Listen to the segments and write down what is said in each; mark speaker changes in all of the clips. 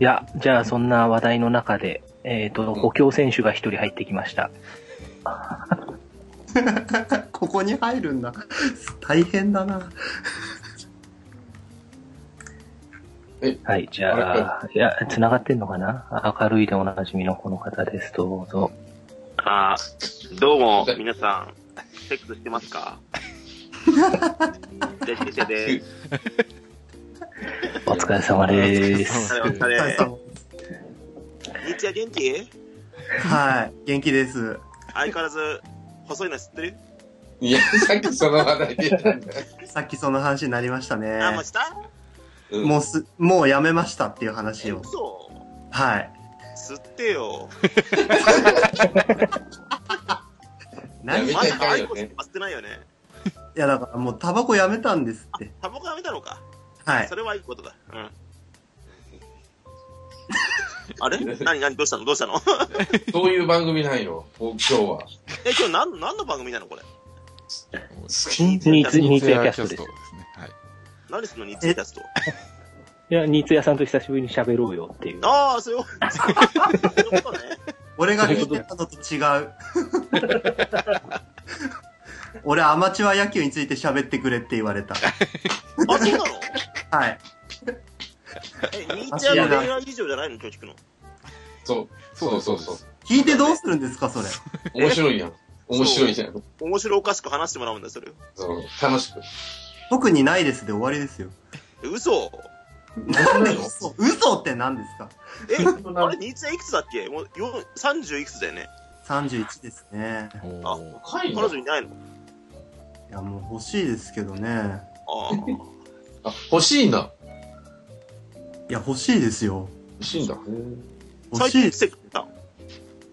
Speaker 1: いや、じゃあそんな話題の中で、えっ、と、補強選手が一人入ってきました。
Speaker 2: ここに入るんだ。大変だな。
Speaker 1: はい、じゃあ、いや、繋がってんのかな明るいでおなじみのこの方です。どうぞ。
Speaker 3: あーどうも、皆さん、セックスしてます かジェシェです。
Speaker 1: お疲れ様で
Speaker 4: お
Speaker 1: す。
Speaker 3: お疲
Speaker 2: は
Speaker 3: れ
Speaker 2: い。
Speaker 3: 様です。日夜元気
Speaker 2: はい。元気です。
Speaker 3: 相変わらず、細いの知ってる
Speaker 4: いや、さっきその話題出たんだ。
Speaker 2: さっきその話になりましたね。
Speaker 3: あ、もうした
Speaker 4: うん
Speaker 2: もうす、もうやめましたっていう話を。
Speaker 3: 嘘。
Speaker 2: はい。
Speaker 3: 吸ってよ。
Speaker 2: 何い
Speaker 4: や
Speaker 3: ま
Speaker 4: め
Speaker 3: だ
Speaker 4: た
Speaker 3: ア
Speaker 4: い
Speaker 3: イ
Speaker 4: よ
Speaker 3: コス
Speaker 4: ね
Speaker 3: 吸ってないよね。
Speaker 2: や、だからもうタバコやめたんですって。
Speaker 3: タバコやめたのか。
Speaker 2: はい
Speaker 3: そ。れはいいことだ。 うん。あれ何何どうしたのどうしたの
Speaker 4: そういう番組なんよ、今日は。
Speaker 3: え、今日何、何の番組なのこれ。
Speaker 4: ス
Speaker 1: ニーツ、ニーツ屋キャストです。
Speaker 5: すね。はい。
Speaker 3: 何するの日曜キャスト。
Speaker 1: いや、ニーツ屋さんと久しぶりに喋ろうよっていう。
Speaker 3: ああ、そういう そういうことね。
Speaker 2: 俺が聞いてたのと違う。俺アマチュア野球について喋ってくれって言われた。
Speaker 3: あ、そうなの
Speaker 2: はい。
Speaker 3: え、日夜の恋愛以上じゃないの今日聞くの。
Speaker 4: そう、そうそうそう。
Speaker 2: 聞いてどうするんですか、それ。
Speaker 4: 面白いやん。面白いじゃん。
Speaker 3: 面白おかしく話してもらうんだよ、それを。
Speaker 4: そう楽しく。
Speaker 2: 特にないですで終わりですよ。
Speaker 3: え嘘
Speaker 2: なんで嘘嘘って何ですか
Speaker 3: え、あれ、日夜いくつだっけもう、よ30いくつだよね。
Speaker 2: ?31 ですね。
Speaker 5: お
Speaker 3: あ
Speaker 5: ー
Speaker 4: 深
Speaker 3: 彼
Speaker 4: いな
Speaker 3: 女いないの
Speaker 2: いや、もう欲しいですけどね。
Speaker 3: ああ。
Speaker 4: あ、欲しいな。
Speaker 2: いや、欲しいですよ。
Speaker 4: 欲しいんだ。
Speaker 2: 欲
Speaker 3: 最
Speaker 2: し
Speaker 3: 近
Speaker 2: い
Speaker 3: いく。つだっけた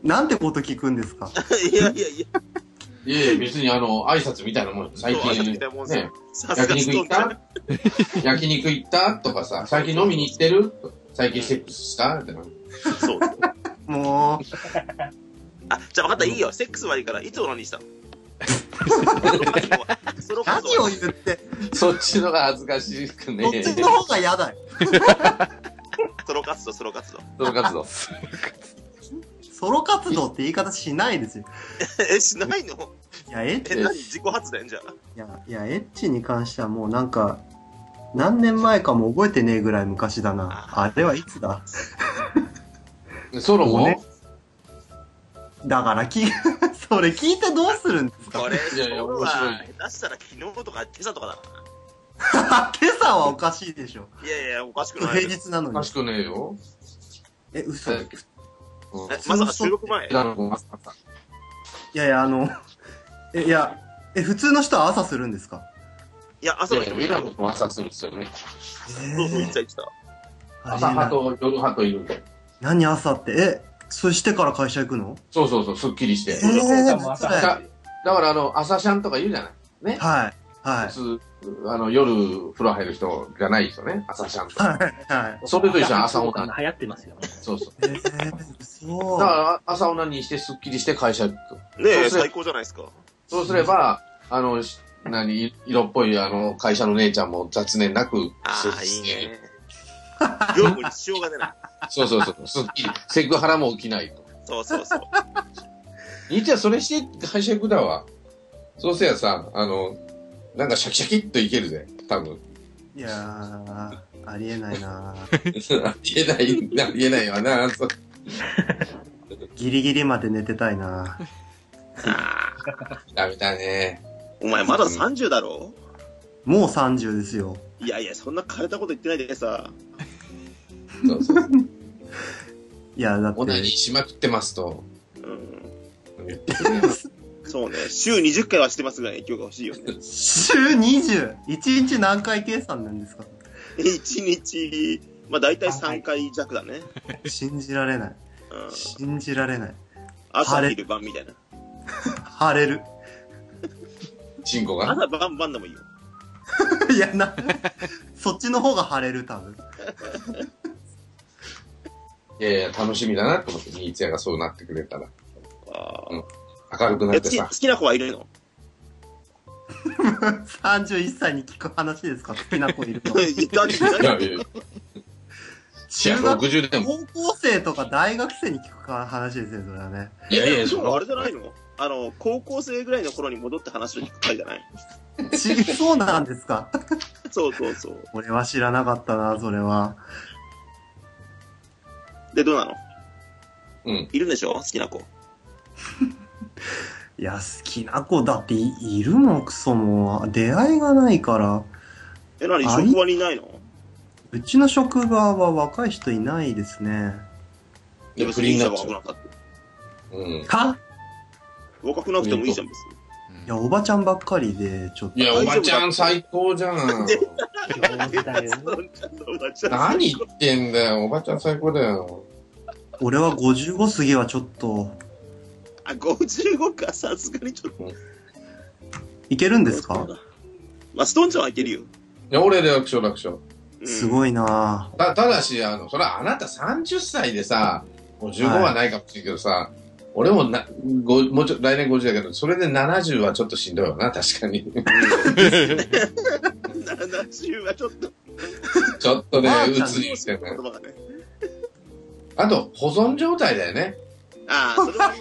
Speaker 2: なんてこと聞くんですか
Speaker 3: いやいやいや、
Speaker 4: いやいや、別にあの、挨拶みたいなもんよ最
Speaker 3: そう挨拶
Speaker 4: 近
Speaker 3: みたいなもん、ですよ
Speaker 4: ね、
Speaker 3: さす
Speaker 4: 焼
Speaker 3: がス
Speaker 4: 肉
Speaker 3: トーンじゃ
Speaker 4: 行っ
Speaker 3: ない
Speaker 4: た焼肉行ったとかさ、最近飲みに行ってる最近セックスしたってな。
Speaker 3: そう。
Speaker 2: もう、
Speaker 3: あ、じゃあ分かった、いいよ。セックスはいいから、いつオナニーしたのその数
Speaker 2: 何を
Speaker 3: は
Speaker 2: 言って、
Speaker 4: そっちのが恥ずかしくね
Speaker 2: こっちの方が嫌だよ。
Speaker 3: ソロ活動、ソロ活動。
Speaker 4: ソロ活動。
Speaker 2: ソロ活動って言い方しないですよ。
Speaker 3: え、しないの
Speaker 2: いや、エッ
Speaker 3: え、
Speaker 2: チ、
Speaker 3: 何自己発電じゃん。
Speaker 2: いや、いや、エッチに関してはもうなんか、何年前かも覚えてねえぐらい昔だな。あれはいつだ
Speaker 4: ソロ
Speaker 2: もう
Speaker 4: も
Speaker 2: ねだから聞、 それ聞いてどうするんですか
Speaker 3: これ、
Speaker 4: いやいや
Speaker 3: ソロ
Speaker 4: 面白い
Speaker 3: は出したら昨日とか今朝とかだな。
Speaker 2: 今朝はおかしいでしょ。
Speaker 3: いやいや、おかしく
Speaker 2: 平
Speaker 3: ない。え
Speaker 2: 日なの
Speaker 4: お
Speaker 2: に
Speaker 4: か。しくねえよ。
Speaker 2: え、嘘。い
Speaker 4: うん
Speaker 3: まさか収録前
Speaker 4: 平野君はさ
Speaker 2: やいや、あの、え、いや、え、普通の人は朝するんですか
Speaker 3: いや、朝
Speaker 4: い
Speaker 3: の
Speaker 4: やい
Speaker 3: 人
Speaker 4: や
Speaker 3: もいた
Speaker 4: 平野君は朝するんですよね。
Speaker 3: そうそう、いつだ、いつだ。
Speaker 4: 朝派と夜派といるんで。
Speaker 2: 何朝って、え、そしてから会社行くの
Speaker 4: そうそうそう、すっきりして
Speaker 2: え。ー、
Speaker 1: もう
Speaker 2: 何
Speaker 1: 朝
Speaker 2: そ
Speaker 4: だ
Speaker 2: れ
Speaker 4: だから、あの、朝シャンとか言うじゃない。ね。
Speaker 2: はい。はい。
Speaker 4: 普通、あの、夜風呂入る人じゃないですよね。朝シャンとか。
Speaker 2: はい。
Speaker 4: それと一緒に朝オナニー。
Speaker 1: 流行ってますよ。
Speaker 4: そうそう。
Speaker 2: えー、そう。
Speaker 4: だから、朝オナニーしてすっきりして会社行くと。
Speaker 3: ね
Speaker 4: そう
Speaker 3: え、
Speaker 4: すれ
Speaker 3: 最高じゃないですか。
Speaker 4: そうすれば、あの、し何、色っぽい、あの、会社の姉ちゃんも雑念なく、
Speaker 3: ああ、
Speaker 4: す
Speaker 3: いいね。 業務に支障が出ない。
Speaker 4: そうそうそう、すっきり。セクハラも起きないと。
Speaker 3: そうそうそう。
Speaker 4: 兄ちゃん、それして会社行くだわ。そうせやさ、あの、なんかシャキシャキっといけるぜ、多分。
Speaker 2: いやー、ありえないな
Speaker 4: ありえない、ありえないわな。そう
Speaker 2: ギリギリまで寝てたいな
Speaker 3: ああ
Speaker 4: ダメだね。
Speaker 3: お前まだ30だろ
Speaker 2: もう30ですよ。
Speaker 3: いやいや、そんな枯れたこと言ってないでさ。
Speaker 4: そうそう。
Speaker 2: いや、だっ
Speaker 4: オナニー
Speaker 2: て、
Speaker 4: しまくってます と。
Speaker 3: うん。
Speaker 4: 言ってくれよ
Speaker 3: そうね。週20回はしてますぐらいの影響が欲しい よね。
Speaker 2: 週 20! 1日何回計算なんですか
Speaker 3: 1日、まあ大体3回弱だね。
Speaker 2: 信じられない。
Speaker 3: うん。
Speaker 2: 信じられない。
Speaker 3: 朝、昼、晩みたいな。
Speaker 2: 晴れる。
Speaker 4: チンコが。
Speaker 3: 朝、晩、晩でもいいよ。
Speaker 2: いや、な、そっちの方が晴れる、多分。
Speaker 4: いやいや、楽しみだなと思って、ニーツヤがそうなってくれたら。
Speaker 3: ああ。
Speaker 4: 明るくなっ
Speaker 3: え好
Speaker 4: て
Speaker 3: き好
Speaker 4: さ。
Speaker 3: きな子はいるの
Speaker 2: 31歳に聞く話ですか好きな子いるの。
Speaker 3: いたんじゃない
Speaker 4: いやいやいや中学60年も。
Speaker 2: 高校生とか大学生に聞くか話ですよ、それはね。
Speaker 4: いやいや、
Speaker 3: あれじゃないいのあの、高校生ぐらいの頃に戻って話を聞く回じゃない
Speaker 2: 知りそうなんですか
Speaker 3: そうそうそう。
Speaker 2: 俺は知らなかったな、それは。
Speaker 3: で、どうなの
Speaker 4: うん。
Speaker 3: いるんでしょ好きな子。
Speaker 2: いや、好きな子だっていいるもん、クソも。出会いがないから。
Speaker 3: え、なに
Speaker 2: あい
Speaker 3: 職場にいないの
Speaker 2: うちの職場は若い人いないですね。
Speaker 4: で、不倫になっちゃ
Speaker 3: 別に
Speaker 4: う。
Speaker 3: いいじゃん若くなっ
Speaker 2: は
Speaker 3: たって若くな
Speaker 4: うん。
Speaker 3: くてもいいじゃん、別に。
Speaker 2: いや、おばちゃんばっかりで、ちょっと。
Speaker 4: いや、おばちゃん最高じ ゃん。
Speaker 1: 上手だよ。
Speaker 4: 何言ってんだよ。おばちゃん最高だよ。
Speaker 2: 俺は55過ぎはちょっと、
Speaker 3: あ、55か、さすがにちょっと。
Speaker 2: いけるんですか
Speaker 3: まあ、ストーンちゃんはいけるよ。
Speaker 4: いや、俺楽勝楽勝。
Speaker 2: す
Speaker 3: い。
Speaker 2: ごいな
Speaker 4: たただし、あの、それはあなた30歳でさ、もう15はないかもしれんけどさ、俺もな、ごもうちょ、来年50だけど、それで70はちょっとしんどいわな、確かに。
Speaker 3: 70はちょっと、
Speaker 4: ちょっとね
Speaker 2: まあ、
Speaker 4: うつにして
Speaker 3: 言
Speaker 4: るね。
Speaker 3: 葉がね。
Speaker 4: あと、保存状態だ よね。
Speaker 3: ああ、それは、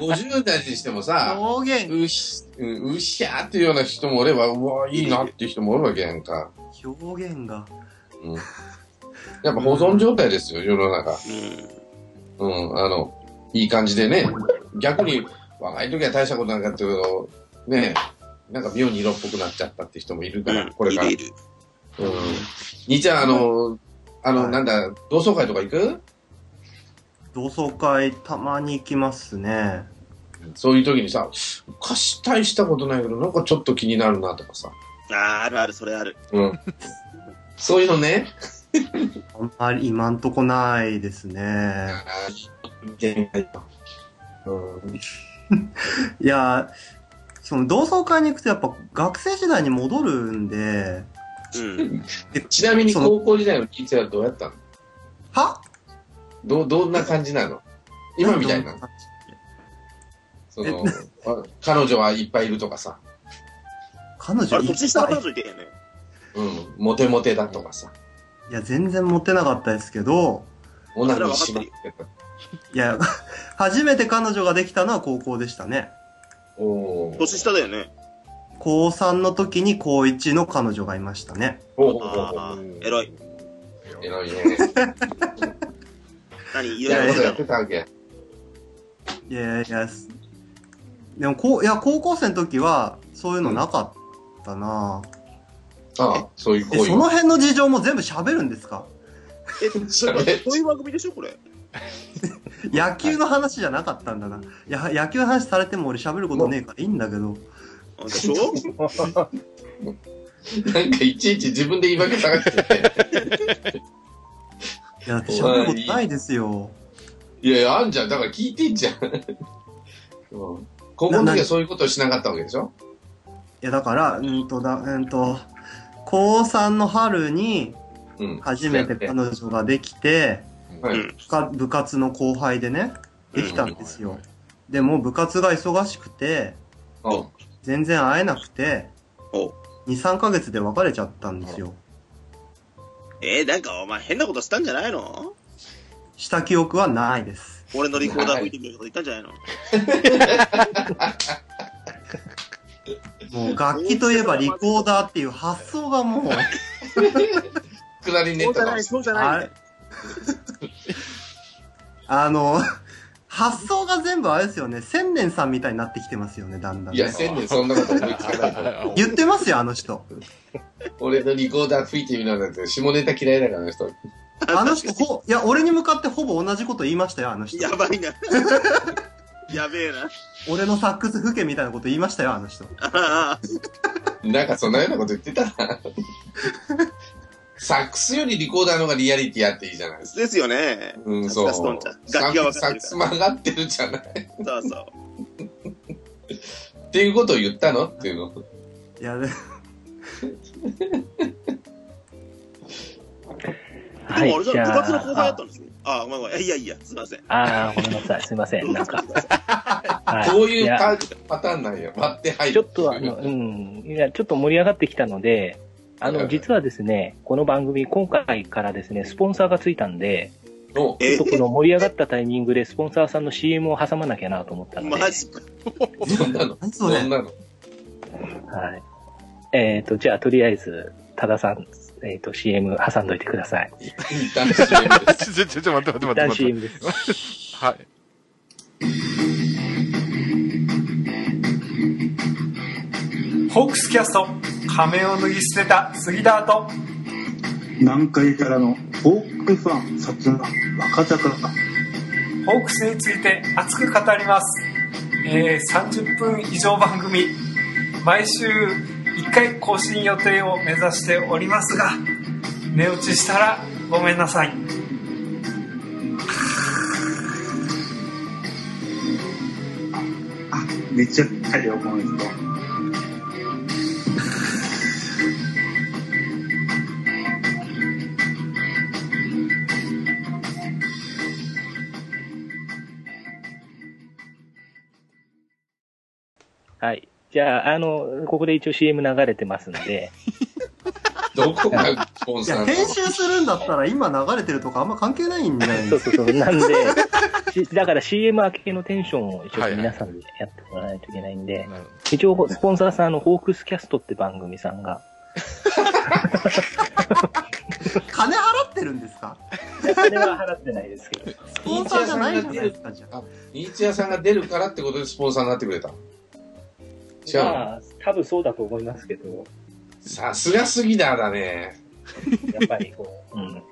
Speaker 4: 50代にしても さ、
Speaker 2: 方言、
Speaker 4: うひ、うんうひゃーっていうような人もおれば、うわ、いいなっていう人もおるわけやんか。
Speaker 2: 表現が。
Speaker 4: うん。やっぱ保存状態ですよ、世の中。
Speaker 3: うん。
Speaker 4: うん、あの、いい感じでね。逆に、若い時は大したことなかったけど、ねえ、なんか妙に色っぽくなっちゃったって人もいるから、これから。う
Speaker 3: い
Speaker 4: ん
Speaker 3: るいる。。
Speaker 4: 兄ちゃん、あの、あの、
Speaker 2: はい
Speaker 4: なんだ、同窓会とか行く
Speaker 2: 同窓会、たまに行きますね。
Speaker 4: そういう時にさ、昔大したことないけど、なんかちょっと気になるなとかさ。
Speaker 3: ああ、あるある、それある。
Speaker 4: うん。そういうのね。
Speaker 2: あんまり今んとこないですね。
Speaker 4: うん
Speaker 2: いや、その同窓会に行くとやっぱ学生時代に戻るんで、
Speaker 3: うん。
Speaker 4: ちなみに
Speaker 2: その
Speaker 4: 高校時代の兄ちゃんはどうやったの
Speaker 2: は
Speaker 4: どう、どんな感じなの今みたいなの。その、あ彼女はいっぱいいるとかさ。
Speaker 2: 彼
Speaker 3: あ
Speaker 2: 女
Speaker 3: れ、
Speaker 2: いっ
Speaker 3: 年下の
Speaker 2: ぱ
Speaker 3: 彼
Speaker 2: い
Speaker 3: 女いてへんね。
Speaker 4: うん、モテモテだとかさ、
Speaker 2: いや、全然モテなかったですけど、
Speaker 4: オナニーしまってた。
Speaker 2: いや、 初めて彼女ができたのは高校でしたね。
Speaker 4: おー
Speaker 3: 年下だよね。
Speaker 2: 高3の時に高1の彼女がいましたね。
Speaker 4: おー
Speaker 3: ああ、偉い。
Speaker 4: 偉いね。
Speaker 3: 何、い
Speaker 4: い
Speaker 3: ろいろ
Speaker 4: や、ことや
Speaker 3: や
Speaker 4: っ
Speaker 3: って
Speaker 4: てたわけ。
Speaker 2: いやいや、すでもこう、いや、高校生の時はそういうのなかったな、
Speaker 4: ああ、そういう
Speaker 2: え、
Speaker 4: 行為
Speaker 2: その辺の事情も全部喋るんですか
Speaker 3: え、そういう番組でしょ、これ。
Speaker 2: 野球の話じゃなかったんだな。いや、野球の話されても俺喋ることねえからいいんだけど。
Speaker 3: あでしょ
Speaker 4: なんかいちいち自分で言い訳探してて。
Speaker 2: いや、喋ることないですよ。
Speaker 4: いやいや、あんじゃん。だから聞いてんじゃん。 うん高校の時はそういうことをしなかったわけでしょ
Speaker 2: いや、だから、うんとだ、うんと、高3の春に
Speaker 4: うん。
Speaker 2: 初めて彼女ができて、
Speaker 3: う
Speaker 4: はい
Speaker 3: ん
Speaker 2: 部活部活の後輩でね、できたんですよ。でも部活が忙しくて、
Speaker 4: うん
Speaker 2: 全然会えなくて、
Speaker 3: お
Speaker 2: 2、3ヶ月で別れちゃったんですよ。
Speaker 3: えー、なんかお前変なことしたんじゃないの
Speaker 2: した記憶はないです。
Speaker 3: 俺のリコーダー吹いてみること言ったんじゃないの
Speaker 2: もう楽器といえばリコーダーっていう発想がもう、
Speaker 4: くだり ネ
Speaker 3: そうじ
Speaker 4: タ
Speaker 3: ゃな
Speaker 4: だ
Speaker 3: い、。そうじ
Speaker 2: あ
Speaker 3: ゃない
Speaker 2: れ。 あの、発想が全部あれですよね。千年さんみたいになってきてますよね、だんだん
Speaker 4: い
Speaker 2: ね、
Speaker 4: や、千年そんなこと思いつかないから。
Speaker 2: 言ってますよ、あの人。
Speaker 4: 俺のリコーダー吹いてみななんて、下ネタ嫌いだから、あの人。
Speaker 2: あの人、ほ、いや、俺に向かってほぼ同じこと言いましたよ、あの人。
Speaker 3: やばいな。 やべえな。
Speaker 2: 俺のサックス吹けみたいなこと言いましたよ、あの人。
Speaker 3: ああ、
Speaker 4: なんかそんなようなこと言って たな。サックスよりリコーダーの方がリアリティあっていいじゃないですか。
Speaker 3: ですよね。
Speaker 4: うん、そう。
Speaker 3: サックスとんちゃん
Speaker 4: サ
Speaker 3: 楽器が
Speaker 4: ッ
Speaker 3: 分
Speaker 4: ク
Speaker 3: か
Speaker 4: サ
Speaker 3: って
Speaker 4: ッ
Speaker 3: る
Speaker 4: ク
Speaker 3: から
Speaker 4: ス曲がってるじゃない。
Speaker 3: そうそう。
Speaker 4: っていうことを言ったのっていうの。
Speaker 2: いや、で
Speaker 3: で
Speaker 1: は
Speaker 3: もあれ
Speaker 1: い、
Speaker 3: じ
Speaker 1: じ
Speaker 3: ゃ
Speaker 1: ゃあ。
Speaker 3: 部活の後輩だったんですよ。ああ、ごめんごめん。いやいや、すいません。
Speaker 1: ああ、ごめんなさい。すいません。なんか。は
Speaker 4: こういう
Speaker 1: や
Speaker 4: パパターンなんや。割って入
Speaker 1: ち
Speaker 4: る。
Speaker 1: ょっとあの、うん。いや、ちょっと盛り上がってきたので、あ
Speaker 4: はい
Speaker 1: の、
Speaker 4: はい
Speaker 1: 実はですね、この番組、今回からですね、スポンサーがついたんで、
Speaker 4: お
Speaker 1: ちょ
Speaker 3: え
Speaker 1: っとこの盛り上がったタイミングで、スポンサーさんの CM を挟まなきゃなと思ったので、
Speaker 3: マジか。
Speaker 4: そんなの
Speaker 2: 何そ
Speaker 4: そ
Speaker 2: れ
Speaker 4: んなの
Speaker 1: はい。えっ、と、じゃあ、とりあえず、多田さん、えっ、と、CM 挟んどいてください。
Speaker 4: 一旦 CM です
Speaker 6: ちょ、ちょ、ちょ、待って
Speaker 1: 一旦
Speaker 6: 待って待って待っ
Speaker 1: CM です。
Speaker 6: て。はい。
Speaker 7: ホークスキャスト仮面を脱ぎ捨てた杉田と
Speaker 8: 南海からのフォークファン殺な若坂が
Speaker 7: ホークスについて熱く語ります、えー30分以上番組毎週1回更新予定を目指しておりますが寝落ちしたらごめんなさい
Speaker 8: めっちゃかり思う人
Speaker 1: はい。じゃあ、あの、ここで一応 CM 流れてますんで、
Speaker 4: どこがスポン
Speaker 2: い
Speaker 4: サ
Speaker 2: や、
Speaker 4: ーな
Speaker 2: 編
Speaker 4: の
Speaker 2: 集するんだったら今流れてるとかあんま関係ないんじゃない
Speaker 1: そうそうそう、なんで、しだから CM 明けのテンションを一応皆さんでやってもらわないといけないんで、
Speaker 6: なるほ
Speaker 1: 一応、スポンサーさんのホークスキャストって番組さんが、
Speaker 2: 金払ってるんですか
Speaker 1: それは払ってないですけど、
Speaker 2: スポンサーじゃないじゃないですか、じゃあ。
Speaker 4: ニーチ屋さんが出るからってことでスポンサーになってくれた違うの、
Speaker 1: まあ、多分そうだと思いますけど、
Speaker 4: さすが杉田だね
Speaker 1: やっぱりこう、うん。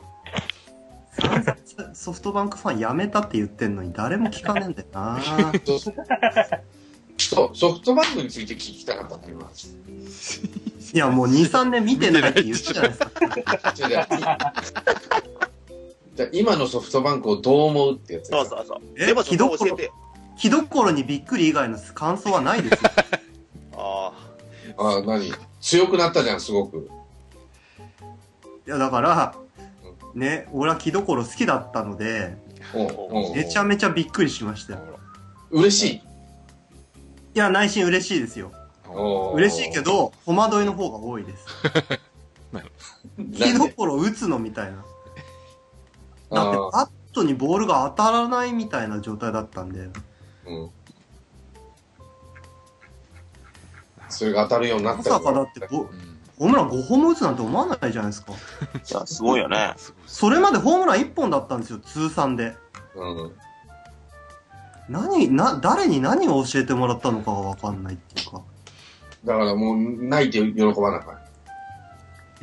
Speaker 2: ソフトバンクファンやめたって言ってんのに誰も聞かねえんだよな
Speaker 4: そそうソフトバンクについて聞きたかったんだ今
Speaker 2: いや、もう2、3年見てないって言ったじゃないですか。
Speaker 4: 違う違ういじゃあ今のソフトバンクをどう思うってやつ
Speaker 3: そうそうそう。
Speaker 2: え
Speaker 3: でもそこ教えてよ。
Speaker 2: 気どころにびっくり以外の感想はないですよ。
Speaker 3: あ
Speaker 4: ああ何強くなったじゃんすごく
Speaker 2: いや、だから、ね、俺は気どころ好きだったので、
Speaker 4: うんうん
Speaker 2: めちゃめちゃびっくりしましたよ。
Speaker 4: 嬉しい
Speaker 2: いや、内心嬉しいですよ。
Speaker 4: おー
Speaker 2: 嬉しいけど、戸惑いの方が多いです。
Speaker 4: な
Speaker 2: 気
Speaker 4: ん
Speaker 2: ど
Speaker 4: で
Speaker 2: ころ打つのみたいな。だって、
Speaker 4: あー
Speaker 2: バットにボールが当たらないみたいな状態だったんで。
Speaker 4: うんそれが当たるようにな
Speaker 2: ま
Speaker 4: った
Speaker 2: さかだってボ、
Speaker 6: どうん
Speaker 2: ホームラン5本も打つなんて思わないじゃないですか。
Speaker 3: あ。すごい よね。
Speaker 6: すごい
Speaker 2: それまでホームラン1本だったんですよ、通算で。
Speaker 4: うん
Speaker 2: 何、な、誰に何を教えてもらったのかがわかんないっていうか。
Speaker 4: だからもう泣いて喜ばなあかん
Speaker 2: い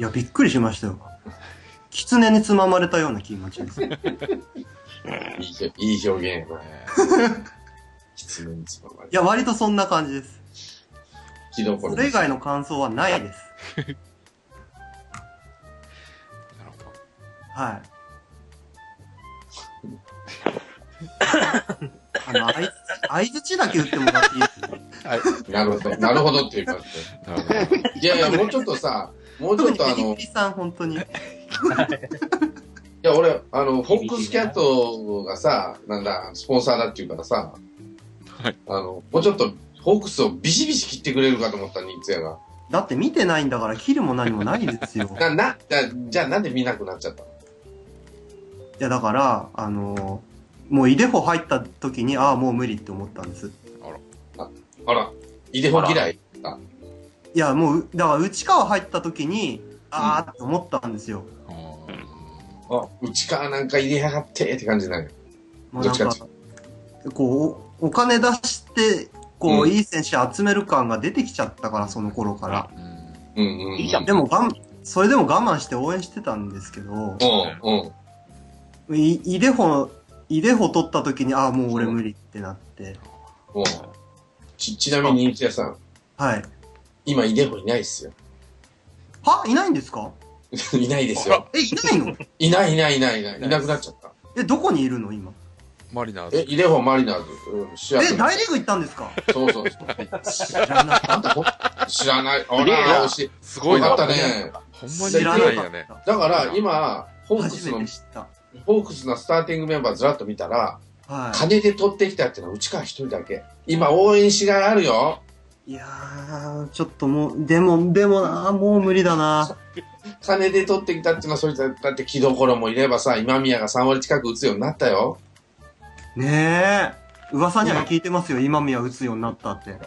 Speaker 2: や、びっくりしましたよ。狐につままれたような気持ちです。
Speaker 4: いい表いい 表現やな。質問につままれ
Speaker 2: い。や、割とそんな感じです。
Speaker 4: 気どころ
Speaker 2: それ以外の感想はないです。
Speaker 6: なるほど
Speaker 2: はい。あの、相づ相づちだけ打ってもらっていいですね。
Speaker 4: なるほど。なるほどっていう感
Speaker 6: なるほど。
Speaker 4: じで。いやいや、もうちょっとさ、もうち
Speaker 2: 特
Speaker 4: ょっ
Speaker 2: に
Speaker 4: とあ
Speaker 2: ペ
Speaker 4: の、
Speaker 2: リ
Speaker 4: い
Speaker 2: ピさん、本当に。
Speaker 4: や俺、あの、フォックスキャットがさ、なんだ、スポンサーだっていうからさ、
Speaker 6: はい。
Speaker 4: あの、もうちょっと、フォックスをビシビシ切ってくれるかと思った、ニーツヤが。
Speaker 2: だって見てないんだから、切るも何もないですよ。
Speaker 4: な、な、だじゃあなんで見なくなっちゃったの
Speaker 2: いや、だから、あのもうイデホ入った時に、ああ、もう無理って思ったんです。
Speaker 4: あら、イデホ嫌い
Speaker 2: いや、もう、だから内川入った時に、ああって思ったんですよ。
Speaker 6: おー
Speaker 4: あ、内川なんか入れやがってって感じなんや。
Speaker 2: もうなん
Speaker 4: どっ
Speaker 2: か
Speaker 4: ち、
Speaker 2: こう、おお金出して、こ
Speaker 4: う
Speaker 2: う、
Speaker 4: ん
Speaker 2: いい選手集める感が出てきちゃったから、その頃から。
Speaker 6: うん
Speaker 4: うんうん、うん。
Speaker 3: いいじゃん
Speaker 2: でもがん、それでも我慢して応援してたんですけど、
Speaker 4: うん、うん。
Speaker 2: いイデホ、イデホ取った時に、ああ、もう俺無理ってなって、
Speaker 4: うんち、ちなみに、ニーツヤさん、
Speaker 2: はい。
Speaker 4: 今、イデホいないっすよ。
Speaker 2: はいないんですか
Speaker 4: いないですよ。
Speaker 2: え、いないの
Speaker 4: いないいないいないいない。いなくなっちゃった。
Speaker 2: え、どこにいるの今。
Speaker 6: マリナー
Speaker 4: え、
Speaker 6: ズ。
Speaker 4: イデホマリナーズ、うん、シアト
Speaker 2: え、
Speaker 4: ル。
Speaker 2: 大リーグ行ったんですか
Speaker 4: そうそうそう。
Speaker 2: 知らな
Speaker 4: あんたほん知らない。あ
Speaker 3: げえな
Speaker 4: ら、惜しい。
Speaker 6: すごい
Speaker 4: よか
Speaker 6: な。
Speaker 4: ったね。
Speaker 6: ほんまに
Speaker 2: 知
Speaker 6: 知
Speaker 2: ら
Speaker 6: ら
Speaker 2: な
Speaker 6: ない
Speaker 2: か
Speaker 6: よ
Speaker 2: っ
Speaker 6: ね。
Speaker 2: た。
Speaker 4: だから、今、ホークス
Speaker 2: 初
Speaker 4: の
Speaker 2: めて、知った。
Speaker 4: ホークスのスターティングメンバーずらっと見たら、
Speaker 2: は
Speaker 4: 金で取ってきたっていうのは内川一人だけ。今、応援しがいあるよ。
Speaker 2: い。いやー、ちょっともう、でも、でもなー、もう無理だな
Speaker 4: 金で取ってきたっていうのは、それだって木所もいればさ、今宮が3割近く打つようになったよ。
Speaker 2: ー。ねえ。噂には聞いてますよ、今宮打つようになったって。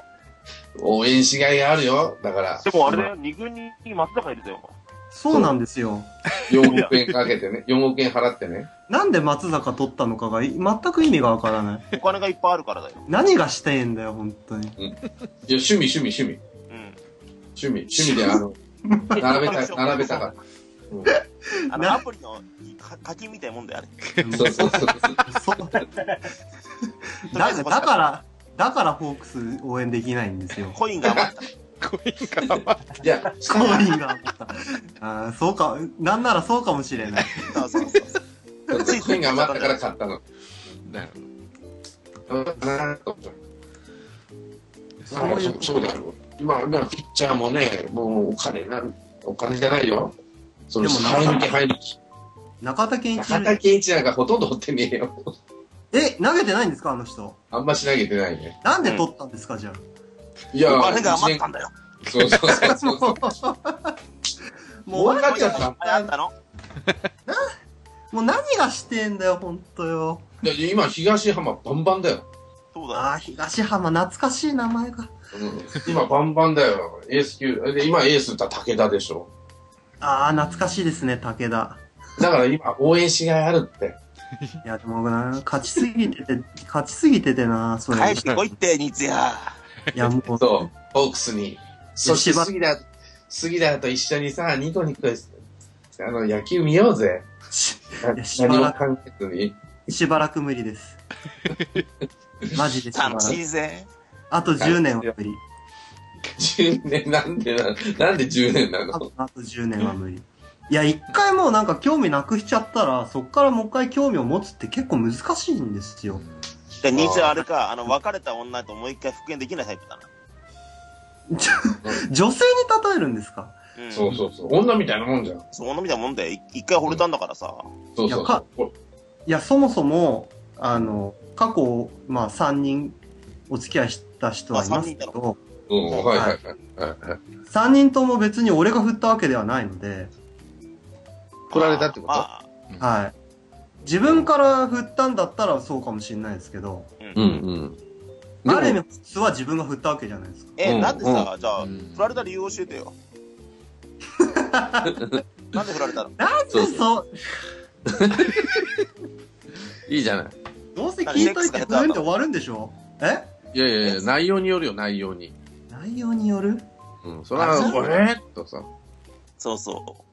Speaker 4: 応援しがいがあるよ。だから、
Speaker 3: でもあれだよ、二軍に松坂いるだよ。
Speaker 2: そうなんですよ。
Speaker 4: 4億円かけてね、4億円払ってね。
Speaker 2: なんで松坂取ったのかがい全く意味がわからない。
Speaker 3: お金がいっぱいあるからだよ。
Speaker 2: 何がしたいんだよ、本当に。
Speaker 4: いや、趣味、趣味、趣味。
Speaker 3: うん。
Speaker 4: 趣味、趣味で、あ の、並べた、並べたか
Speaker 3: あの、
Speaker 2: な
Speaker 3: アプリのか課金みたいなもんだよ、あれ。
Speaker 4: ら。 そうそうそう。
Speaker 2: そうだだから、だからホークス応援できないんですよ。
Speaker 3: コインが余った。
Speaker 6: コインが余っ
Speaker 4: いや、
Speaker 2: コインが余った。あーそうか、なんならそうかもしれない。
Speaker 3: そうそうそうそう。
Speaker 4: コインが余ったから買ったの。
Speaker 6: たよ。
Speaker 4: そういうそうだよ。今、今、ピッチャーもね、もうお金なん、お金じゃないよ。その、
Speaker 2: でもな
Speaker 4: 入りき、入りき。
Speaker 2: 中田健一、
Speaker 4: 中田健一なんかほとんど追ってねえよ。
Speaker 2: え、投げてないんですか、あの人。
Speaker 4: あんまし投げてないね。
Speaker 2: なんで取ったんですか、じゃあ。
Speaker 4: いや
Speaker 3: お金が余ったんだよ。
Speaker 4: そうそうそうそう。
Speaker 2: もう、
Speaker 4: 儲かっちゃっ
Speaker 3: あ
Speaker 4: た。
Speaker 3: れあったの
Speaker 2: もう何がしてんだよ、本当よ。
Speaker 4: いや今、東浜バンバンだよ。
Speaker 3: そうだよ。
Speaker 2: ああ、東浜、懐かしい名前が。
Speaker 4: うん今、バンバンだよ。エース級。で今、エースだったら武田でしょ。
Speaker 2: ああ、懐かしいですね、武田。
Speaker 4: だから今、応援しがいあるって。
Speaker 2: いや、でもな、勝ちすぎてて、勝ちすぎててな、それ。
Speaker 3: 帰
Speaker 2: い
Speaker 3: ってこいって、ニツヤ。
Speaker 2: や、もう、
Speaker 4: そう、ホークスに。そして
Speaker 2: 芝
Speaker 4: 杉田、杉田と一緒にさ、ニコニコして、あの、野球見ようぜ。
Speaker 2: いやしば
Speaker 4: 何
Speaker 2: ら
Speaker 4: も
Speaker 2: く
Speaker 4: 考えずに。
Speaker 2: しばらく無理です。マジでしばら
Speaker 3: 楽
Speaker 2: く
Speaker 3: し。いぜ。
Speaker 2: あと10年は無理。
Speaker 4: 10年、なんでな、なんで10年な
Speaker 2: あと
Speaker 4: の
Speaker 2: あと10年は無理。いや、一回もうなんか興味なくしちゃったら、そっからもう一回興味を持つって結構難しいんですよ。
Speaker 3: で、ニツヤあれか、あの、別れた女ともう一回復縁できないタイプだな。
Speaker 2: 女性に例えるんですか
Speaker 3: うん。
Speaker 4: そうそうそう。女みたいなもんじゃん。
Speaker 3: そう女みたいなもんだよ。い一回惚れたんだからさ。
Speaker 4: そうそ
Speaker 2: いうやか
Speaker 4: そう。
Speaker 2: いや、そもそも、あの、過去、まあ3人お付き合いした人はいますけ
Speaker 3: あ三人いた
Speaker 2: ど、
Speaker 4: うん、はいはいはいはいはい。
Speaker 2: 3人とも別に俺が振ったわけではないので、
Speaker 4: 来られたってこと
Speaker 3: まあ、
Speaker 2: はい。自分から振ったんだったらそうかもしれないですけど、
Speaker 4: う
Speaker 3: うんん。
Speaker 4: うん。
Speaker 2: ある意
Speaker 4: でも
Speaker 2: 味、普通は自分が振ったわけじゃないですか。
Speaker 3: え、
Speaker 4: うん
Speaker 3: なんでさ、じゃあ、
Speaker 6: うん
Speaker 3: 振られた理由を教えて よ。なんで振られたの
Speaker 4: そうそう
Speaker 2: そう。
Speaker 4: いいじゃない。
Speaker 2: どうせ聞いといてくれんで終わるんでしょえ
Speaker 4: いやいやいや、内容によるよ、内容に。
Speaker 2: 内容による
Speaker 4: うん、それは、
Speaker 3: あそう
Speaker 4: えーっとさ。
Speaker 3: そうそ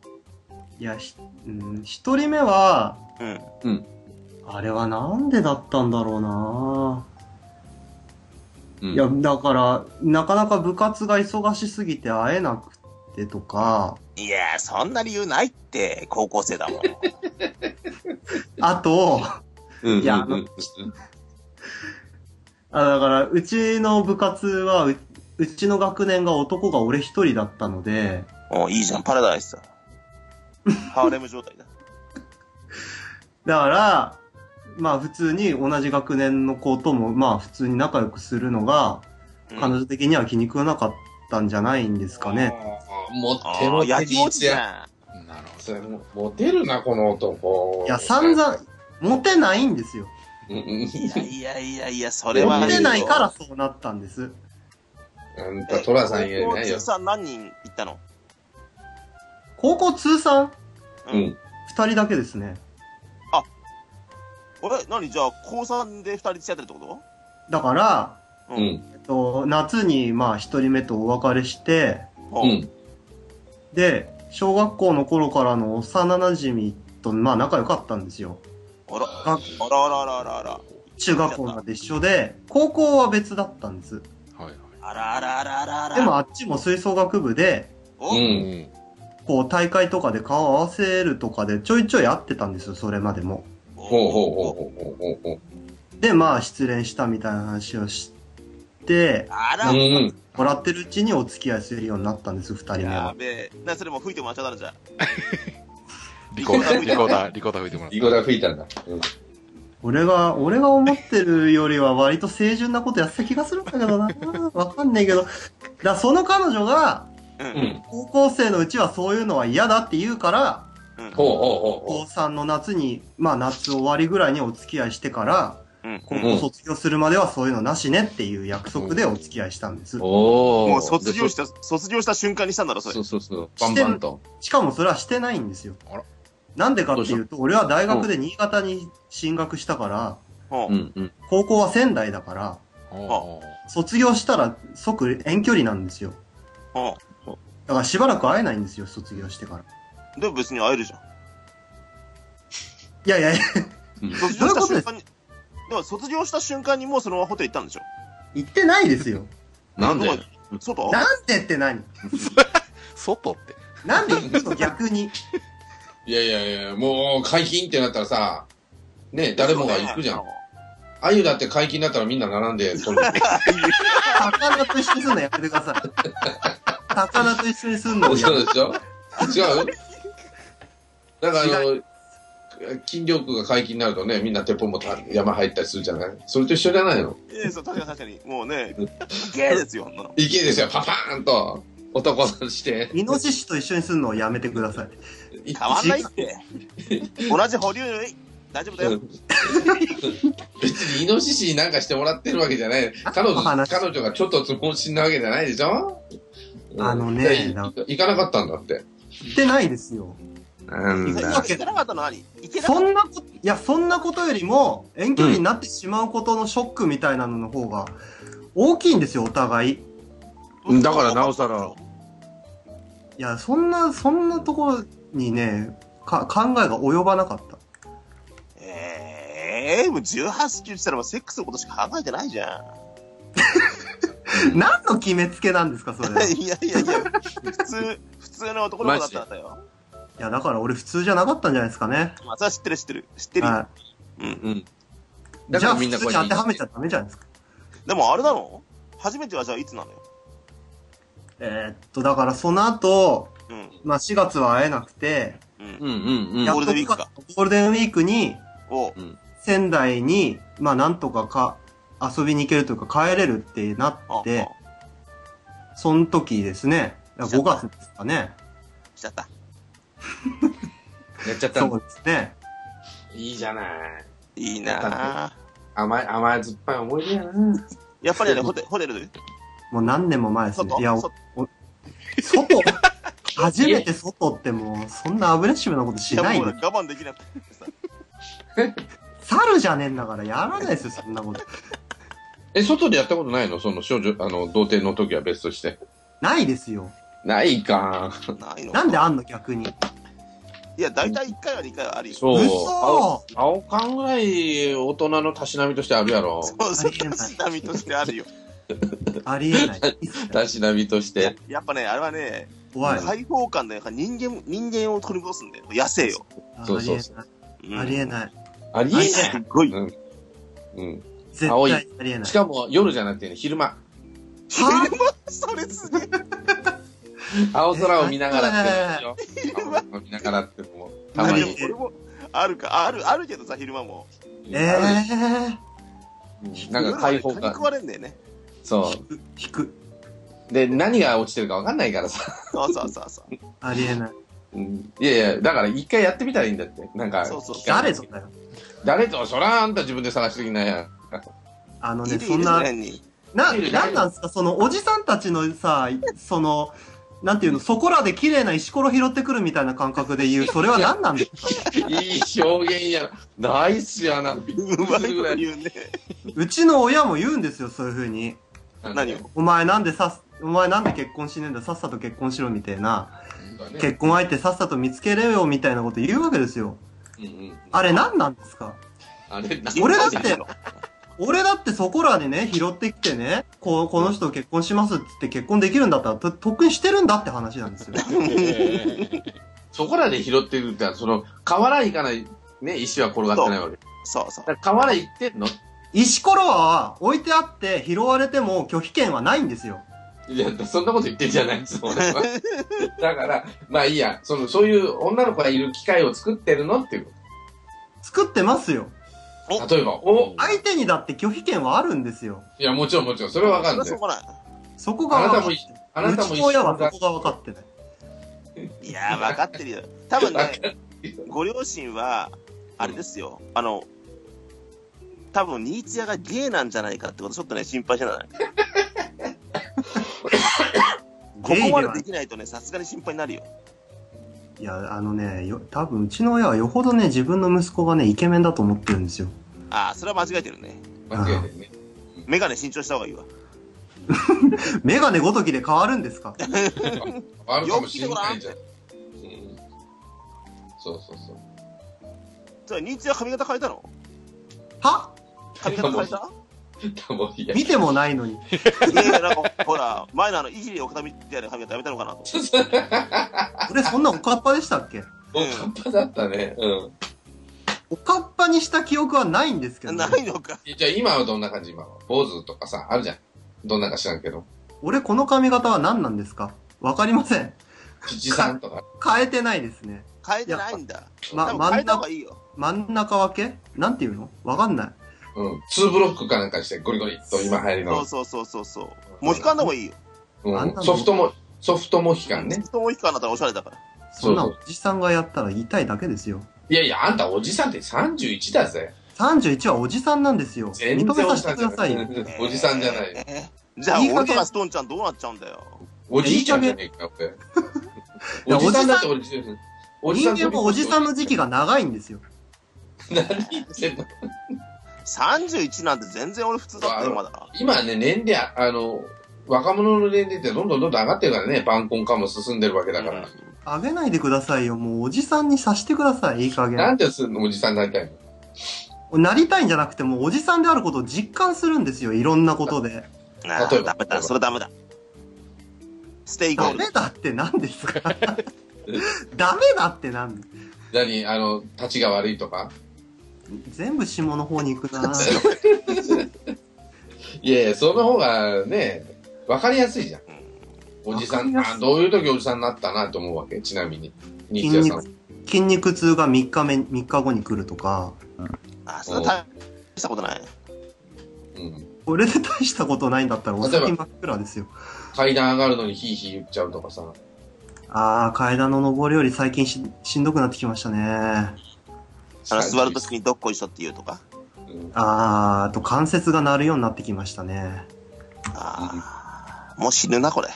Speaker 2: いや、ひうん、一人目は、
Speaker 3: う。うん。
Speaker 2: あれはなんでだったんだろうな、
Speaker 4: うん
Speaker 2: いや、だから、なかなか部活が忙しすぎて会えなくてとか、
Speaker 3: いやー、そんな理由ないって、高校生だもん。
Speaker 2: あと、
Speaker 4: うん
Speaker 2: いやあ
Speaker 4: う
Speaker 2: の
Speaker 4: ん
Speaker 2: あだから、うちの部活はう、うちの学年が男が俺一人だったので、
Speaker 3: おいいじゃん、パラダイスだ。ハーレム状態だ。
Speaker 2: だから、まあ普通に同じ学年の子とも、まあ普通に仲良くするのが、
Speaker 3: うん
Speaker 2: 彼女的には気に食わなかったんじゃないんですかね。
Speaker 4: あーも
Speaker 3: あ
Speaker 4: ても
Speaker 3: ー、
Speaker 4: て
Speaker 3: 焼きもちじ
Speaker 4: ん。
Speaker 3: ゃん。
Speaker 6: なるほ
Speaker 4: それもモテるな、この男。
Speaker 2: いや、散々、モテないんですよ。
Speaker 4: うんうん。
Speaker 3: いやいやいやいや、それは。
Speaker 2: モテないからそうなったんです。
Speaker 4: あん
Speaker 3: え。
Speaker 4: た、トラさん言えない
Speaker 3: 高校
Speaker 4: よ
Speaker 3: 通。算何人行ったの
Speaker 2: 高校通算
Speaker 4: う。ん。
Speaker 2: 二人だけですね。
Speaker 3: え、何じゃあ、高3で2人付き合ってるってこ
Speaker 2: だから、
Speaker 3: と
Speaker 4: うん。
Speaker 2: えっと、夏にまあ一人目とお別れして、
Speaker 4: う
Speaker 3: うん。
Speaker 4: ん。
Speaker 2: で、小学校の頃からの幼馴染とまあ仲良かったんですよ。
Speaker 3: あら、
Speaker 2: が
Speaker 3: あらあらあらあらあら。
Speaker 2: 中学校まで一緒で、高校は別だったんです。
Speaker 6: ど。はい
Speaker 3: あらあらあらあらあら。
Speaker 2: でもあっちも吹奏楽部で、
Speaker 3: お、
Speaker 4: う
Speaker 6: はい。
Speaker 4: ん。
Speaker 6: ん。
Speaker 2: こう大会とかで顔合わせるとかでちょいちょい会ってたんですよ、それまでも。
Speaker 3: ほ
Speaker 4: ほうほうほうほうほうほう
Speaker 2: で、まあ失恋したみたいな話をして、
Speaker 3: あら、
Speaker 4: ほう。うん。
Speaker 2: もらってるうちにお付き合いするようになったんです、二人目
Speaker 3: や
Speaker 2: は。
Speaker 3: べえ。な、それもう吹いてもらっちゃったのじゃあ。
Speaker 6: リコーダー、リコーダー、リコーダー吹いてもらった
Speaker 4: リコダ吹いたんだ。うん
Speaker 2: 俺が、俺が思ってるよりは割と清純なことやってた気がするんだけどな。わかんねえけど。からその彼女が、
Speaker 4: うん。
Speaker 2: 高校生のうちはそういうのは嫌だって言うから、
Speaker 4: ほうほうほうほ
Speaker 2: 高3の夏に、まあ夏終わりぐらいにお付き合いしてから、
Speaker 3: うん。
Speaker 2: 高校卒業するまではそういうのなしねっていう約束でお付き合いしたんです
Speaker 4: う。。おお。
Speaker 3: もう卒業した、卒業した瞬間にしたんだろ、そ
Speaker 4: そ
Speaker 3: れ
Speaker 4: う。そうそう。バンバンと。
Speaker 2: しかもそれはしてないんですよ
Speaker 6: あら。
Speaker 2: なんでかっていうと、俺は大学で新潟に進学したから、
Speaker 3: ほ
Speaker 4: う
Speaker 3: うん
Speaker 4: うん。
Speaker 2: 高校は仙台だから、
Speaker 6: おー
Speaker 2: 卒業したら即遠距離なんですよ。
Speaker 3: ほ
Speaker 2: だからしばらく会えないんですよ、卒業してから。
Speaker 3: うでも別に会えるじゃん。
Speaker 2: いやいやいや、
Speaker 3: 卒業した瞬間に、でも卒業した瞬間にもうそのままホテル行ったんでしょ
Speaker 2: 言ってないですよ。
Speaker 4: なんで
Speaker 3: どこ外
Speaker 2: なんでって何
Speaker 6: 外って。
Speaker 2: なんで言うの逆に。
Speaker 4: いやいやいや、もう解禁ってなったらさ、ね、誰もが行くじゃん。。あゆだって解禁だったらみんな並んで取る。
Speaker 2: 魚と一緒にするのやめてください。魚と一緒にするのや
Speaker 4: そ
Speaker 2: め
Speaker 4: うでしょ違うだからあの、筋力が解禁になるとね、みんな鉄砲もた山入ったりするじゃないそれと一緒じゃないの
Speaker 3: ええ、そう、確かに確かに。もうね、ゲーですよ、あんなの。
Speaker 4: 池ですよ、パパーンと男として。
Speaker 2: イノシシと一緒にするのをやめてください。
Speaker 3: 変わんないって。同じ保留大丈夫だよ。
Speaker 4: 別にイノシシになんかしてもらってるわけじゃない。彼女、
Speaker 2: 話
Speaker 4: 彼女がちょっとつぼしなわけじゃないでしょ
Speaker 2: あのね
Speaker 4: で
Speaker 2: なん
Speaker 4: 行かなかったんだって。
Speaker 2: 言ってないですよ。
Speaker 4: なん
Speaker 3: 行けなかったの何行けなか
Speaker 2: そ
Speaker 3: っ
Speaker 2: んなこと、いや、そんなことよりも、遠距離になってしまうことのショックみたいなのの方が、大きいんですよ、お互い。い
Speaker 3: た
Speaker 4: だからなおさら。
Speaker 2: や、そんな、そんなところにね、か、考えが及ばなかった。
Speaker 3: ええもう18級したらもうセックスのことしか考えてないじゃん。
Speaker 2: 何の決めつけなんですか、それは。い
Speaker 3: いやいやいや、普通、普通の男の子だったんだよ。
Speaker 2: や、だから俺普通じゃなかったんじゃないですかね。
Speaker 3: まあ、それは知ってる知ってる。知ってるよ。
Speaker 2: は
Speaker 3: うん。
Speaker 4: うん。
Speaker 2: い。
Speaker 4: だ
Speaker 2: じ
Speaker 4: か
Speaker 2: ゃあ
Speaker 4: ら
Speaker 2: 普
Speaker 4: みんな
Speaker 2: 通
Speaker 4: こ
Speaker 2: に
Speaker 4: れ
Speaker 2: 当てはめちゃダメじゃないですか。
Speaker 3: でもあれなの初めてはじゃあいつなのよ。
Speaker 2: えーっと、だからその後、
Speaker 3: うん。
Speaker 2: まあ4月は会えなくて、
Speaker 3: うん。
Speaker 4: うんうんうん。
Speaker 3: やゴールデンウィークか
Speaker 2: ゴールデンウィークに、
Speaker 3: お
Speaker 2: 仙台に、まあなんとかか、遊びに行けるというか帰れるってな
Speaker 3: あ
Speaker 2: っ、
Speaker 3: で
Speaker 2: て、、その時ですね、5月ですかね。
Speaker 3: しちゃった。
Speaker 4: やっちゃった
Speaker 2: そ。うですね。
Speaker 4: いいじゃない。
Speaker 3: いいなぁ。
Speaker 4: 甘い、甘い酸っぱい思い出やな。
Speaker 3: やっぱりあれ、ホテホテルで
Speaker 2: もう何年も前ですね。
Speaker 3: 外
Speaker 2: いや、
Speaker 3: 外
Speaker 2: 外 初めて外ってもう、そんなアグレッシブなことし
Speaker 3: いや
Speaker 2: ない
Speaker 3: もう
Speaker 2: で
Speaker 3: 我慢できなくてさ。
Speaker 2: 猿じゃねえんだからやらないですよ、そんなこと。
Speaker 4: え、外でやったことないのその少女、あの、童貞の時は別として。
Speaker 2: ないですよ。
Speaker 4: ないか。
Speaker 3: ないの
Speaker 2: なんであんの逆に。
Speaker 3: いや、大体1回は2回はありよ。
Speaker 4: そう。
Speaker 2: 嘘
Speaker 4: 青缶ぐらい大人のたしなみとしてあるやろ。
Speaker 3: そう、そう、ちなみとしてあるよ。
Speaker 2: ありえない。
Speaker 4: たしなみとし
Speaker 3: や
Speaker 4: て。
Speaker 3: やっぱね、あれはね、
Speaker 2: 怖い。
Speaker 3: 解放感だよ。人間、人間を取り戻すんだよ。野生よ。
Speaker 4: そうそう
Speaker 3: うん
Speaker 2: ありえない。
Speaker 4: ありえな
Speaker 3: す
Speaker 4: い。
Speaker 3: ごい。
Speaker 4: うん。うん。
Speaker 2: 絶
Speaker 4: 青い
Speaker 2: 対ありえない
Speaker 4: し。かも夜じゃなくてね、昼間。
Speaker 2: は
Speaker 3: 昼間それすげえ。
Speaker 4: 青空を見ながらって
Speaker 3: え
Speaker 4: ことでしょ。青空を見ながらってのも、たま
Speaker 3: あ
Speaker 4: に
Speaker 3: で。も俺も、あるか、ある、あるけどさ、昼間も。
Speaker 2: ええ
Speaker 4: うんなんか解放
Speaker 3: 夜はね蚊に
Speaker 4: 感
Speaker 3: 食。われんだよね。
Speaker 4: そ
Speaker 2: ー、引く。
Speaker 4: う。で、何が落ちてるかわかんないからさ。
Speaker 3: そうそうそうそう。
Speaker 2: ありえない。
Speaker 4: うんいやいや、だから一回やってみたらいいんだって。なんか、
Speaker 3: そうそうそう
Speaker 2: 誰ぞだよ。
Speaker 4: 誰と、そらあんた自分で探してきなや。
Speaker 2: あの
Speaker 3: い
Speaker 2: ね、
Speaker 3: る
Speaker 2: そ
Speaker 3: い
Speaker 2: ん
Speaker 3: る
Speaker 2: な、
Speaker 3: ねに
Speaker 2: な、
Speaker 4: いるいる
Speaker 2: なんなんすか、その、おじさんたちのさ、その、なんていうの、そこらで綺麗な石ころ拾ってくるみたいな感覚で言う、それは何なんですか
Speaker 4: いい表現やな。ナイスやな。びっ
Speaker 3: う
Speaker 4: く
Speaker 3: ま
Speaker 4: りす
Speaker 3: い
Speaker 4: る
Speaker 3: こ
Speaker 4: ぐら
Speaker 3: と
Speaker 4: い。
Speaker 3: 言うね。
Speaker 2: うちの親も言うんですよ、そういう風に。
Speaker 3: 何を
Speaker 2: お前なんでさす、お前なんで結婚しねえんだ、さっさと結婚しろみたいな。
Speaker 4: 結
Speaker 2: 結婚相手さっさと見つけれよみたいなこと言うわけですよ。あれ何なんですか
Speaker 4: あれ、な
Speaker 2: 俺だって、俺だってそこらでね、拾ってきてね、ここの人と結婚しますっつって結婚できるんだったら、と、とっくにしてるんだって話なんで すよ。
Speaker 4: そこらで拾ってるって、その、河原行かない、ね、石は転がってないわけ。だ
Speaker 3: そうそう
Speaker 4: か。ら河原行ってんの
Speaker 2: 石ころは置いてあって拾われても拒否権はないんですよ。
Speaker 4: いや、そんなこと言ってんじゃないんです、俺は。だから、まあいいや、その、そういう女の子がいる機会を作ってるのっていうこ
Speaker 2: 作ってますよ。
Speaker 3: お
Speaker 4: と。例えば、お
Speaker 2: 相手にだって拒否権はあるんですよ。
Speaker 4: いや、もちろんもちろん、それはわかん
Speaker 3: それは
Speaker 4: な
Speaker 3: しょ。
Speaker 4: いう
Speaker 3: がない。
Speaker 2: そこが分かってい。
Speaker 4: あなたも
Speaker 2: う
Speaker 4: 一
Speaker 2: ち
Speaker 4: 緒
Speaker 2: の
Speaker 4: に
Speaker 2: 親はそこが分かってない。
Speaker 3: いやー、分かってるよ。多分
Speaker 4: わか
Speaker 3: ね、ご両親は、あれですよ、あの、多分ニーチアがゲイなんじゃないかってこと、ちょっとね、心配してない。ここまでできないとね、さすがに心配になるよ。
Speaker 2: いや、あのね、よ、多分うちの親はよほどね、自分の息子がね、イケメンだと思ってるんですよ。
Speaker 3: ああ、それは間違えてるね。
Speaker 4: 間違えてるね。
Speaker 3: メガネ新調した方がいいわ。
Speaker 2: メガネごときで変わるんですか
Speaker 4: あるかもしれないじゃん。うんそうそうそう。
Speaker 3: じゃあ、ニーチア髪型変えたの
Speaker 2: は
Speaker 3: 髪型変えた
Speaker 4: 多分いや、
Speaker 2: 見てもないのに。
Speaker 3: いやいや、なんか、ほら、前のあの、いじり奥田みたいな髪型やめたのかなと。
Speaker 2: 俺そんなおかっぱでしたっけ
Speaker 4: おかっぱだったね。うん。
Speaker 2: おかっぱにした記憶はないんですけど、ね、
Speaker 3: ないのか。
Speaker 4: じゃあ今はどんな感じ今は。坊主とかさ、あるじゃん。どんなか知らんけど。
Speaker 2: 俺この髪型は何なんですかわかりません。
Speaker 4: 父さんとか。
Speaker 2: 変えてないですね。
Speaker 3: 変えてないんだ。
Speaker 2: ま
Speaker 3: 多分
Speaker 2: 真
Speaker 3: 変
Speaker 2: ん
Speaker 3: えた方
Speaker 2: 中
Speaker 3: が、いいよ。
Speaker 2: 真ん中分けなんていうのわかんない。
Speaker 4: うん。ツーブロックかなんかして、ゴリゴリっと今流行り
Speaker 3: そ
Speaker 4: の
Speaker 3: う。そうそうそうそう。モヒカンの方がいいよ。
Speaker 2: あんな
Speaker 4: うん。
Speaker 2: の
Speaker 4: ソフトも、ソフトモヒカンね。
Speaker 3: 人モヒカンだったらおしゃれだから。
Speaker 2: そんな
Speaker 4: そう
Speaker 2: お
Speaker 4: そ
Speaker 2: じさんがやったら痛いだけですよ。
Speaker 4: いやいや、あんたおじさんって31だぜ。
Speaker 2: 31はおじさんなんですよ。認
Speaker 4: 全
Speaker 2: め
Speaker 4: 然お
Speaker 2: さ
Speaker 4: じ
Speaker 2: せ
Speaker 4: さ
Speaker 2: て
Speaker 4: ん
Speaker 2: く
Speaker 4: じゃ
Speaker 2: だ
Speaker 4: な
Speaker 2: さ
Speaker 4: い
Speaker 2: いよ。。
Speaker 4: おじさんじゃない。
Speaker 3: じゃあ、
Speaker 2: いい加減
Speaker 3: 俺とかストーンちゃんどうなっちゃうんだよ。
Speaker 4: おじいちゃんじゃねえかって。
Speaker 2: や
Speaker 4: おじさんだっておじ
Speaker 2: 人
Speaker 4: おじさん
Speaker 2: 間もおじさんの時期が長いんですよ。
Speaker 4: 何言ってんの
Speaker 3: 31なんて全然俺普通だったよ、まだ。
Speaker 4: 今ね、年齢、ああの、若者の年齢ってどんどんどんどん上がってるからね、晩婚化も進んでるわけだから。
Speaker 2: あげないでくださいよ。もうおじさんにさしてください。いい加
Speaker 4: な
Speaker 2: 減。
Speaker 4: んですんのおじさんになりたいの
Speaker 2: なりたいんじゃなくて、もうおじさんであることを実感するんですよ。いろんなこと で。
Speaker 3: ああ
Speaker 4: 例えば
Speaker 3: ダメだ、それダメだ。ステイゴ
Speaker 2: ダ
Speaker 3: ールド
Speaker 2: メ。だって何です かダメだって何
Speaker 4: 何あの、立ちが悪いとか
Speaker 2: 全部下の方に行くな
Speaker 4: いやいや、その方がね、わかりやすいじゃん。おじさん、
Speaker 2: わかりやすい
Speaker 4: あ、どういう時おじさんになったなと思うわけちなみに。
Speaker 2: 筋
Speaker 4: 日夜さん
Speaker 2: 肉。筋肉痛が3日目3日後に来るとか
Speaker 3: あ、それは大したことない。
Speaker 4: うん。
Speaker 2: これで大したことないんだったらお
Speaker 4: 例
Speaker 2: 先
Speaker 4: え
Speaker 2: 真っ暗ですよ
Speaker 4: 階段上がるのにヒーヒー言っちゃうとかさ。
Speaker 2: ああ階段の上りより最近ししんどくなってきましたね
Speaker 3: あの、座るときにどっこいしょって言うとか。
Speaker 4: うん
Speaker 2: あーあと関節が鳴るようになってきましたね
Speaker 3: ああ、もう死ぬな、これ。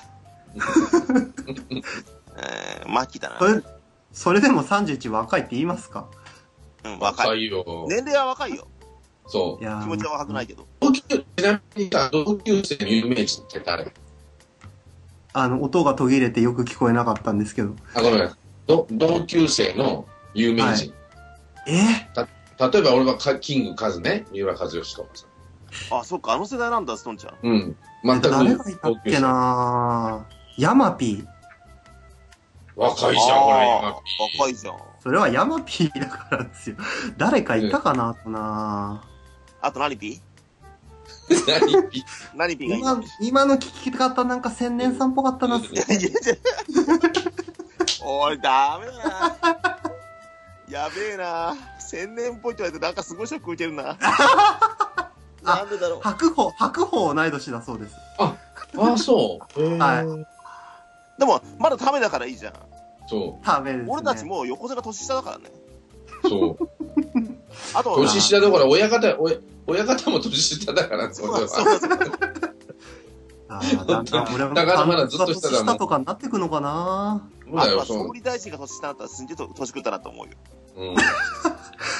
Speaker 3: えー、マッキーだな
Speaker 2: そ。れそれでも31若いって言いますか
Speaker 3: うん、
Speaker 4: 若
Speaker 3: 若い。
Speaker 4: いよ。
Speaker 3: 年齢は若いよ。
Speaker 4: そう
Speaker 2: い。やー
Speaker 3: 気持ちは若くないけど。
Speaker 4: 同級ちなみにさ、同級生の有名人って誰
Speaker 2: あの音が途切れてよく聞こえなかったんですけど
Speaker 4: あ、ごめん。ど同級生の有名人。
Speaker 2: えー、
Speaker 4: 例えば俺はかキングカズね。三浦和義とかさ。
Speaker 3: あ、そっか、あの世代なんだ、ストーンちゃん。
Speaker 4: うん。全く
Speaker 2: 誰がいたっけなヤマピー
Speaker 4: 若いじゃん、これ
Speaker 3: あ
Speaker 4: 今。
Speaker 3: ー若いじゃん。
Speaker 2: それはヤマピーだからですよ誰かいたかなとな
Speaker 3: あと何ピ
Speaker 4: 何ピ
Speaker 3: ー何ピーがいい
Speaker 2: 今、今の聞き方なんか千年さんっぽかったな。
Speaker 3: いやいやいや。おい、ダメだな。やべえな。千年っぽいって言われて、なんかすごいショック受ける な。なんでだろう。
Speaker 2: 白鵬、白鵬同い年だそうです。
Speaker 4: ああ、そう。
Speaker 2: は
Speaker 3: でも、まだためだからいいじゃん。
Speaker 4: そ
Speaker 2: い。ダメです、ね。
Speaker 3: 俺たちもう横綱年下だからね。
Speaker 4: う。そう。
Speaker 3: あと、
Speaker 4: 年下だから、親方、親親方も年下だから、それ
Speaker 3: そう
Speaker 4: は。
Speaker 3: そうそう。
Speaker 2: あー。だんだん俺も
Speaker 4: だからまだずっと
Speaker 2: 年
Speaker 4: 下だもん
Speaker 2: 下とかになってくのかな
Speaker 4: そう
Speaker 3: あ
Speaker 4: だ
Speaker 3: と
Speaker 4: よ、
Speaker 3: は
Speaker 4: そ
Speaker 3: 総理大臣が年下だったらすんげえと年食ったなと思うよ。
Speaker 4: う。うん。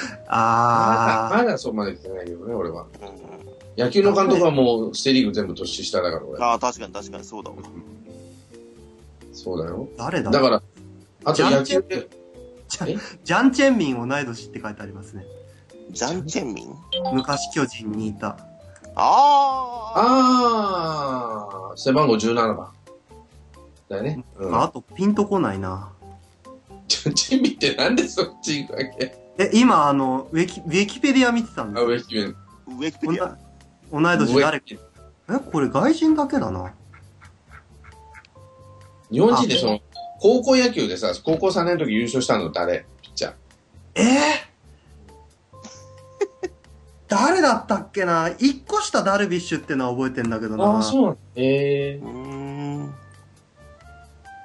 Speaker 4: まだ
Speaker 2: あ
Speaker 4: まだそこまで来てないけどね、俺は。
Speaker 3: うん、
Speaker 4: 野球の監督はもう、ステリーグ全部年下だから、俺。
Speaker 3: ああ、確かに確かにそうだわ。
Speaker 4: そうだよ。
Speaker 2: ー、誰だ
Speaker 4: だから、あと野球で、
Speaker 2: ジャン・チェンミン同い年って書いてありますね。
Speaker 3: ジャン・チェンミン
Speaker 2: 昔巨人にいた。
Speaker 3: ああ
Speaker 4: あー、背番号17番。だよね。うん。
Speaker 2: あと、ピンとこないな。
Speaker 4: チェンミンってなんでそっち行くわけ
Speaker 2: え、今、あの、ウィキ、ウィキペディア見てたんで
Speaker 4: あ、
Speaker 2: す
Speaker 4: ウ
Speaker 2: よ。
Speaker 4: ェキメン。
Speaker 3: ウェキペ
Speaker 2: 同
Speaker 3: デ
Speaker 2: い
Speaker 3: ィア。
Speaker 2: 同い年誰か
Speaker 4: ウェキ。
Speaker 2: え、これ外人だけだな。
Speaker 4: 日本人でその、高校野球でさ、高校3年の時優勝したの誰ピッチャー。
Speaker 2: えー、 誰だったっけな一個下ダルビッシュってのは覚えてんだけどな。
Speaker 4: うなんええ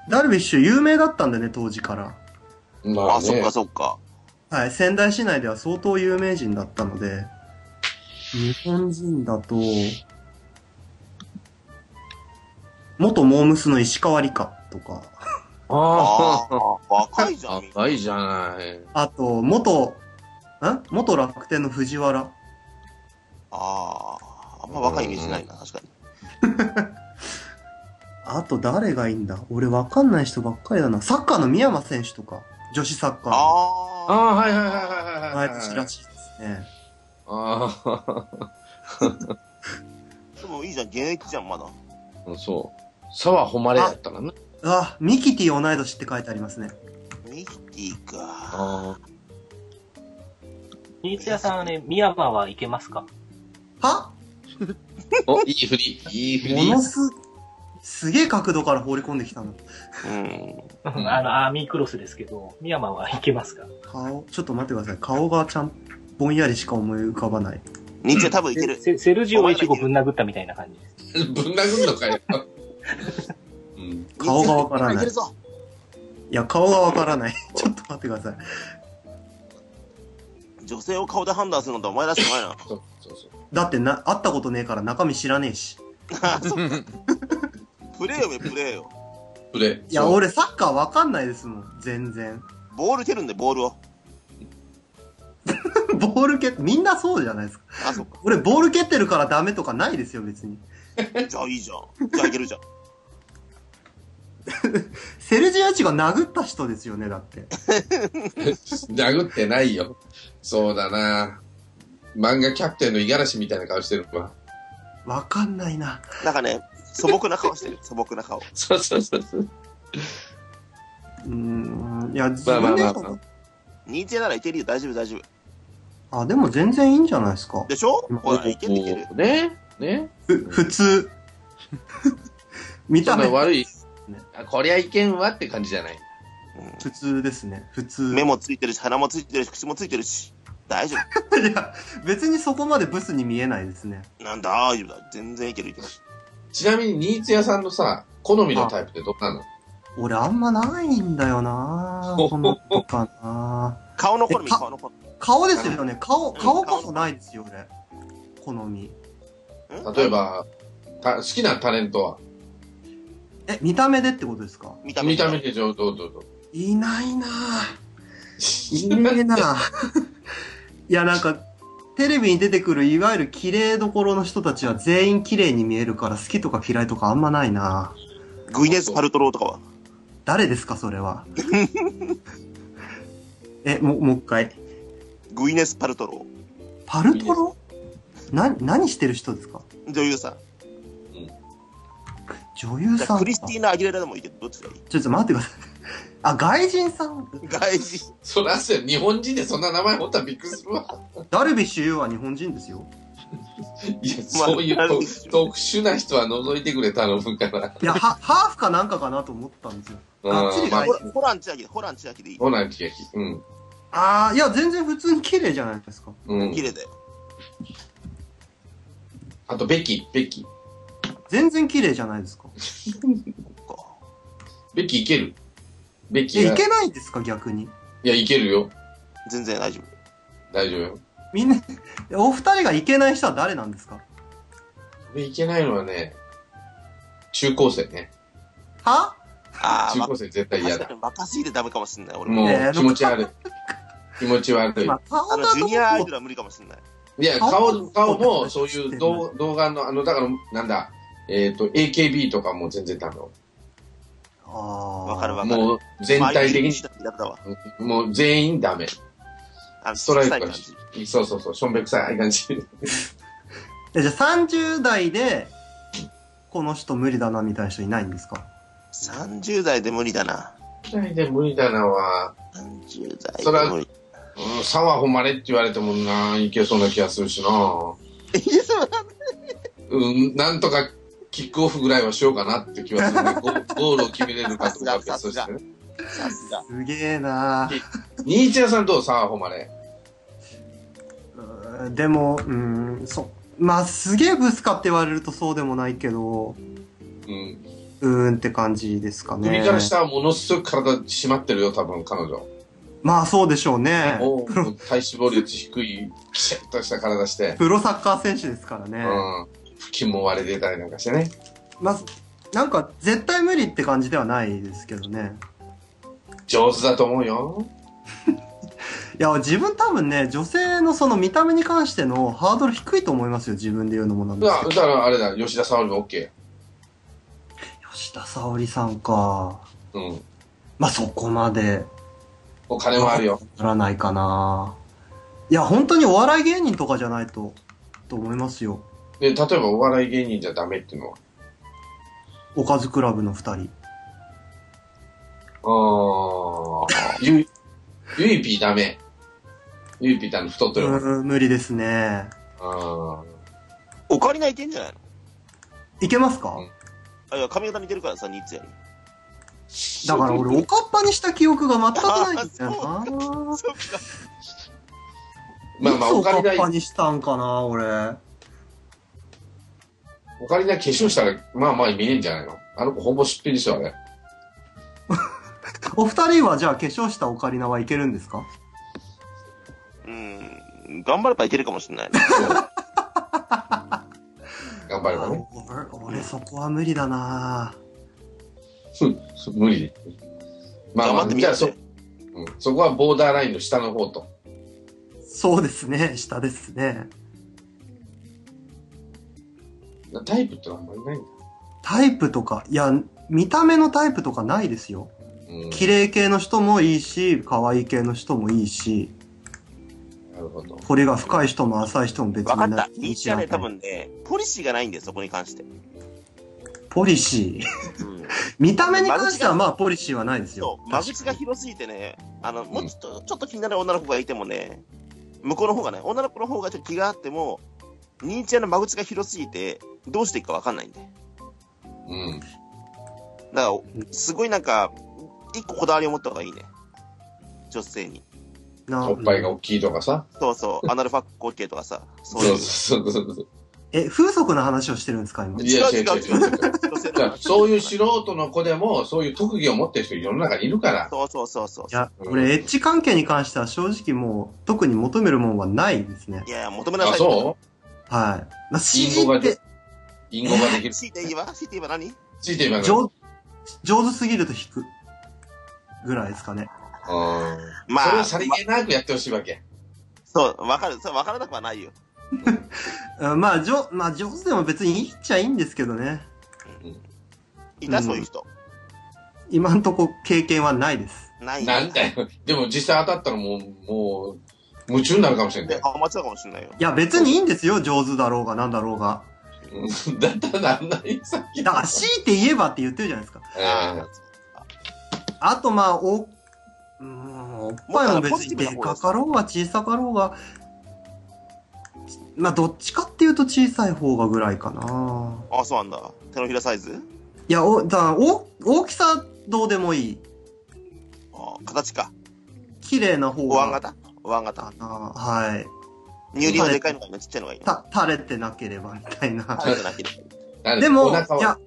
Speaker 2: ダルビッシュ有名だったんだよね、当時から。
Speaker 4: ま
Speaker 3: あ、
Speaker 4: あ、ね、
Speaker 3: そっかそっか。
Speaker 2: はい、仙台市内では相当有名人だったので、日本人だと、元モームスの石川理香とか、
Speaker 3: ああ、若いじゃん。
Speaker 4: 赤いじゃない。
Speaker 2: あと、元、ん元楽天の藤原。
Speaker 3: ああ、あんま若いイメージないな、確かに。
Speaker 2: あと誰がいいんだ俺わかんない人ばっかりだな。サッカーの宮間選手とか、女子サッカーの。
Speaker 3: あ
Speaker 4: あ
Speaker 3: あ、
Speaker 4: あ、はいはいはいはいは
Speaker 2: あ
Speaker 4: い。
Speaker 2: いつらしいですね。
Speaker 4: あ
Speaker 3: でもいいじゃん、現役じゃん、まだ。
Speaker 4: あ、 そう。沢誉れだったらな。
Speaker 2: あ、ミキティ同い年って書いてありますね。
Speaker 3: ミキティか。
Speaker 4: ああ
Speaker 1: 新津屋さんはね、宮間はいけますか
Speaker 2: は
Speaker 4: お、いい振り。いい振
Speaker 2: も
Speaker 4: り。
Speaker 2: のす、すげえ角度から放り込んできたの。
Speaker 3: うん。
Speaker 1: うんあの、アーミークロスですけど、宮間はいけますか
Speaker 2: 顔、ちょっと待ってください。顔がちゃん、ぼんやりしか思い浮かばない。
Speaker 3: 日中多分いけ
Speaker 1: セ
Speaker 3: る。
Speaker 1: セセルジオ一号ぶん殴ったみたいな感じです。
Speaker 4: ぶん殴んの かよ。うん。
Speaker 2: 顔がわから
Speaker 3: い
Speaker 2: な
Speaker 3: け
Speaker 2: い。い
Speaker 3: るぞ。
Speaker 2: や、顔がわからない。 ちょっと待ってください。
Speaker 3: 女性を顔で判断するのってお前らしくないな。
Speaker 4: そうそうそう。
Speaker 2: だってな、会ったことねえから中身知らねえし。
Speaker 3: プレーよ、ね、プレーよ。
Speaker 4: プレ
Speaker 2: いや、
Speaker 4: そう
Speaker 2: 俺サッカーわかんないですもん。全然。
Speaker 3: ボール蹴るんで、ボールを。
Speaker 2: ボール蹴って、みんなそうじゃないですか。
Speaker 3: あ、そっか。
Speaker 2: 俺ボール蹴ってるからダメとかないですよ、別に。
Speaker 3: じゃあいいじゃん。じゃあいけるじゃん。
Speaker 2: セルジアチが殴った人ですよね、だって。
Speaker 4: 殴ってないよ。そうだな。漫画キャプテンの五十嵐みたいな顔してるわ。
Speaker 2: わかんないな。
Speaker 3: なんかね、素朴な顔してる。素朴な顔。
Speaker 4: そうそうそうそう。
Speaker 2: うーん。いや、自
Speaker 4: まあま
Speaker 2: 分で
Speaker 4: あま
Speaker 2: 言
Speaker 4: あ
Speaker 2: うとね
Speaker 3: 日中ならいけるよ、大丈夫、大丈夫。
Speaker 2: あ、でも全然いいんじゃないですか。
Speaker 3: でしょほら、いけるいける。
Speaker 4: もうね。ね。
Speaker 2: ふ、普通。 見
Speaker 4: そ
Speaker 2: た
Speaker 4: んな
Speaker 2: 目、
Speaker 4: 悪い。あこりゃいけんわって感じじゃない。
Speaker 2: 普通ですね。普通。
Speaker 3: 目もついてるし、鼻もついてるし、口もついてるし。大 丈
Speaker 2: いや、別にそこまでブスに見えないですね。
Speaker 3: 夫。なんだ、大丈夫だ。全然いけるいける。
Speaker 4: ちなみに、ニーツ屋さんのさ、好みのタイプってどんなの
Speaker 2: 俺あんまないんだよなぁ。この子かな
Speaker 3: 顔の好み、
Speaker 2: えか
Speaker 3: 顔の好み。
Speaker 2: ぁ顔ですよね。顔、顔こそないですよ、俺。好み。
Speaker 3: ん
Speaker 4: 例え。ば、た好きなタレントは
Speaker 2: え、見た目でってことですか
Speaker 3: 見た目。
Speaker 4: 見た目でどうどうどうぞ
Speaker 2: いないなぁ。いねえな ぁ。いや、なんか、テレビに出てくるいわゆる綺麗どころの人たちは全員綺麗に見えるから好きとか嫌いとかあんまないなぁ。
Speaker 3: グイネス・パルトローとかは。
Speaker 2: 誰ですか、それ は。え、も、もう一回。
Speaker 3: グイネス・パルトロ
Speaker 2: パルトロな、何してる人ですか
Speaker 3: ー。女優さん。
Speaker 2: 女優
Speaker 3: じ
Speaker 2: さ
Speaker 3: ゃ
Speaker 2: ん
Speaker 3: あ、クリスティーナ・アギレラでもいいけど、どっちがいい
Speaker 2: ちょっと待ってください。 あ、外人さん
Speaker 3: 外人。
Speaker 4: そらそうよ日本人でそんな名前持ったらびっくりするわ。
Speaker 2: ダルビッシュ有は日本人ですよ。
Speaker 4: いや、そういう
Speaker 3: まあ
Speaker 4: と特殊な人は除いてくれ、頼むから。
Speaker 2: いや、は、ハーフかなんかかなと思ったんですよ。あっち
Speaker 4: う
Speaker 2: に
Speaker 4: ん、まあ
Speaker 2: はい
Speaker 3: ホラホラン千秋で、ホラン千秋でいい。
Speaker 4: オナニー焼き。うん。
Speaker 2: あー、いや、全然普通に綺麗じゃないですか。
Speaker 4: うん
Speaker 3: 綺。麗だよ。
Speaker 4: あと、ベッキー、ベッキー。
Speaker 2: 全然綺麗じゃないですか。
Speaker 4: ベッキーいけるベッキ
Speaker 2: え、
Speaker 4: ー
Speaker 2: い
Speaker 4: は。
Speaker 2: けないんですか、逆に。
Speaker 4: いや、いけるよ。
Speaker 3: 全然大丈夫。
Speaker 4: 大丈夫よ。
Speaker 2: みんな、 お二人がいけない人は誰なんですか
Speaker 4: 俺いけないのはね、中高生ね。
Speaker 2: は
Speaker 3: ああ、
Speaker 4: 中
Speaker 3: ま
Speaker 4: 高生絶対嫌
Speaker 3: 確
Speaker 4: だ
Speaker 3: か。に若すぎてダメかもしんない、俺も。
Speaker 4: も
Speaker 2: ねえ
Speaker 4: う、気持ち悪い。気持ち悪い。
Speaker 2: 今、顔
Speaker 3: あ
Speaker 2: だ
Speaker 3: の、ジ
Speaker 2: と
Speaker 3: ュニアアイド
Speaker 2: 思
Speaker 3: ルは無理かもしんない。
Speaker 4: いや、
Speaker 2: 顔
Speaker 4: 顔、顔
Speaker 2: 顔
Speaker 4: も、そういう動動画の、あの、だから、なんだ、えっ、と、AKB とかも全然ダメよ。
Speaker 2: あー
Speaker 3: わかるわかる。
Speaker 4: もう、全体的
Speaker 3: 周りの人たちだったわ。
Speaker 4: に、もう全員ダメ。
Speaker 3: あの、
Speaker 4: ストラ
Speaker 3: 小
Speaker 4: イ
Speaker 3: さい
Speaker 4: ク
Speaker 3: 感
Speaker 4: が
Speaker 3: じ。
Speaker 4: そうそうそう、しょんべくさいああいう感じ。
Speaker 2: えじゃあ30代で、この人無理だなみたいな人いないんですか
Speaker 3: 30代で無理だな。
Speaker 4: ないで無理だなは、
Speaker 3: 30代
Speaker 4: それ
Speaker 3: で
Speaker 4: は
Speaker 3: 無理。
Speaker 4: うん、沢誉れって言われてもな、いけそうな気がするしな。
Speaker 3: いや、そう
Speaker 4: うん、なんとか、キックオフぐらいはしようかなって気はす るね。ゴゴールを決めれるか
Speaker 3: さ
Speaker 4: とか、
Speaker 3: すがさすが
Speaker 4: そうしてね
Speaker 3: さすが。
Speaker 2: すげえなー
Speaker 4: ニーチェさんどう沢誉れ。
Speaker 2: うんでも、うん、そう。まあ、すげえブスかって言われるとそうでもないけど、
Speaker 4: うん。
Speaker 2: うーんって感じですかね。
Speaker 4: 首から下はものすごく体締まってるよ、多分彼女。
Speaker 2: まあ、そうでしょうね。
Speaker 4: もう体脂肪率低い、きちっとした体して、
Speaker 2: プロサッカー選手ですから
Speaker 4: う
Speaker 2: ね。
Speaker 4: ん。腹筋も割れてたりなんかしてね。
Speaker 2: まあ、なんか、絶対無理って感じではないですけどね。
Speaker 4: 上手だと思うよ。
Speaker 2: いや、自分多分ね、女性のその見た目に関してのハードル低いと思いますよ、自分で言うのもなん
Speaker 4: だ
Speaker 2: です
Speaker 4: か
Speaker 2: け
Speaker 4: ら
Speaker 2: ど。
Speaker 4: だからあれだ、吉田沙保里が OK。
Speaker 2: 吉田沙保里さんか。
Speaker 4: うん。
Speaker 2: まあ、そこまで、
Speaker 4: お金もあるよ。
Speaker 2: ならないかな。いや、本当にお笑い芸人とかじゃないと、と思いますよ。
Speaker 4: で、例えばお笑い芸人じゃダメっていうの
Speaker 2: おかずクラブの二人。
Speaker 4: は。ああ。ゆい、ゆいぴーダメ。ゆいぴーダメ、太ってる
Speaker 2: う
Speaker 4: よ。
Speaker 2: ーん、無理ですね。
Speaker 4: あ
Speaker 3: オカリナいけんじゃないの
Speaker 2: いけますか
Speaker 3: あいや髪型似てるからさ、ニッツやり。
Speaker 2: だから俺、おかっぱにした記憶が全くないんだよ
Speaker 3: あ
Speaker 2: な。
Speaker 3: そっか。
Speaker 4: ーまあま
Speaker 2: い
Speaker 4: あ、
Speaker 2: つ
Speaker 4: オ
Speaker 2: お
Speaker 4: カ
Speaker 2: か
Speaker 4: リ
Speaker 2: っぱ
Speaker 4: ナ、
Speaker 2: にしたんかな、俺。
Speaker 4: オカリナ化粧したら、まあまあ見えんじゃないのあの子ほぼすっぴんでしょ、あれ。
Speaker 2: お二人はじゃあ化粧したオカリナはいけるんですか
Speaker 3: うん。頑張ればいけるかもしれない。
Speaker 4: 頑張ればね。
Speaker 2: 俺俺そこは無理だな
Speaker 4: そう無理。まあま
Speaker 3: 頑張っ
Speaker 4: あ、
Speaker 3: てみ
Speaker 4: じ
Speaker 3: よ
Speaker 4: ゃ
Speaker 3: う
Speaker 4: あそ、うん、そこはボーダーラインの下の方と。
Speaker 2: そうですね、下ですね。
Speaker 4: タイプってのはあんまりないんだ。
Speaker 2: タイプとか、いや、見た目のタイプとかないですよ。
Speaker 4: うん、
Speaker 2: 綺麗系の人もいいし、可愛い系の人もいいし、
Speaker 4: なるほど。
Speaker 2: 彫りが深い人も浅い人も別
Speaker 3: わか
Speaker 2: に
Speaker 3: った
Speaker 2: な。
Speaker 3: ニッツはね、多分ね、ポリシーがないんだよ、そこに関して。
Speaker 2: ポリシー。
Speaker 3: うん。
Speaker 2: 見た目に関してはまあポリシーはないですよ
Speaker 3: そ。う、間口が広すぎてね、あの、もうちょっと、ちょっと気になる女の子がいてもね、向こうの方がね、女の子の方がちょっと気があっても、ニーチェの間口が広すぎて、どうしていいかわかんないんで。
Speaker 4: うん。
Speaker 3: だから、すごいなんか、一個こだわりを持った方がいいね。女性に。
Speaker 2: な
Speaker 4: おっぱいが大きいとかさ。
Speaker 3: そう そう、アナルファック OK とかさ、そうい
Speaker 4: そう
Speaker 3: う。
Speaker 4: そうそうそう。
Speaker 2: え、風俗の話をしてるんですか、今。
Speaker 4: いや、違う違う違う。
Speaker 3: 女性の
Speaker 4: だからそういう素人の子でも、そういう特技を持ってる人世の中にいるから。
Speaker 3: そうそうそうそう
Speaker 2: い。や、
Speaker 4: うん
Speaker 2: 俺、エッチ関係に関しては正直もう、特に求めるもんはないですね
Speaker 3: い。やいや、求めなさい。
Speaker 4: あ、そう
Speaker 2: はい。まあ、強
Speaker 4: リンゴが
Speaker 2: い
Speaker 4: で
Speaker 2: て、
Speaker 4: 隠語ができる。
Speaker 3: 強いて言えば強いて言えば何
Speaker 4: ついて今の。
Speaker 2: 上、上手すぎると引く。ぐらいですかね。
Speaker 4: あ
Speaker 3: まあ
Speaker 4: それをさりげなくやってほしいわけ。
Speaker 3: そう、わかる。そう、わからなくはないよ。
Speaker 2: うんまあ、上、まあ、上手でも別にいいっちゃいいんですけどね。
Speaker 3: いた、
Speaker 2: うん
Speaker 3: そういう人。
Speaker 2: 今んとこ経験はないです。
Speaker 3: ない
Speaker 4: なんだよ。でも実際当たったらもう、もう、夢中になるかもしれない
Speaker 3: で。あ、間違うかもしれないよ。
Speaker 2: いや、別にいいんですよ。上手だろうが、なんだろうが。
Speaker 4: うんだったらなんないさっき。
Speaker 2: だから、強いて言えばって言ってるじゃないですか。
Speaker 4: うん
Speaker 2: あと、まあ、お、うーん、おっぱいも別にでかかろうが小さかろうが、まあ、どっちかっていうと小さい方がぐらいかな。
Speaker 3: あ、そうなんだ。手のひらサイズ
Speaker 2: いや、お、だお、大きさどうでもいい。
Speaker 3: あ形か。
Speaker 2: 綺麗な方
Speaker 3: お椀
Speaker 2: が。
Speaker 3: 型お椀型。
Speaker 2: あはい。
Speaker 3: 乳輪はでかいのがいいのちっちゃいのがいいの
Speaker 2: た、垂れてなければみたいな。
Speaker 3: あれじゃなければ
Speaker 4: なんで
Speaker 2: でも、
Speaker 4: お腹
Speaker 2: いや
Speaker 4: は、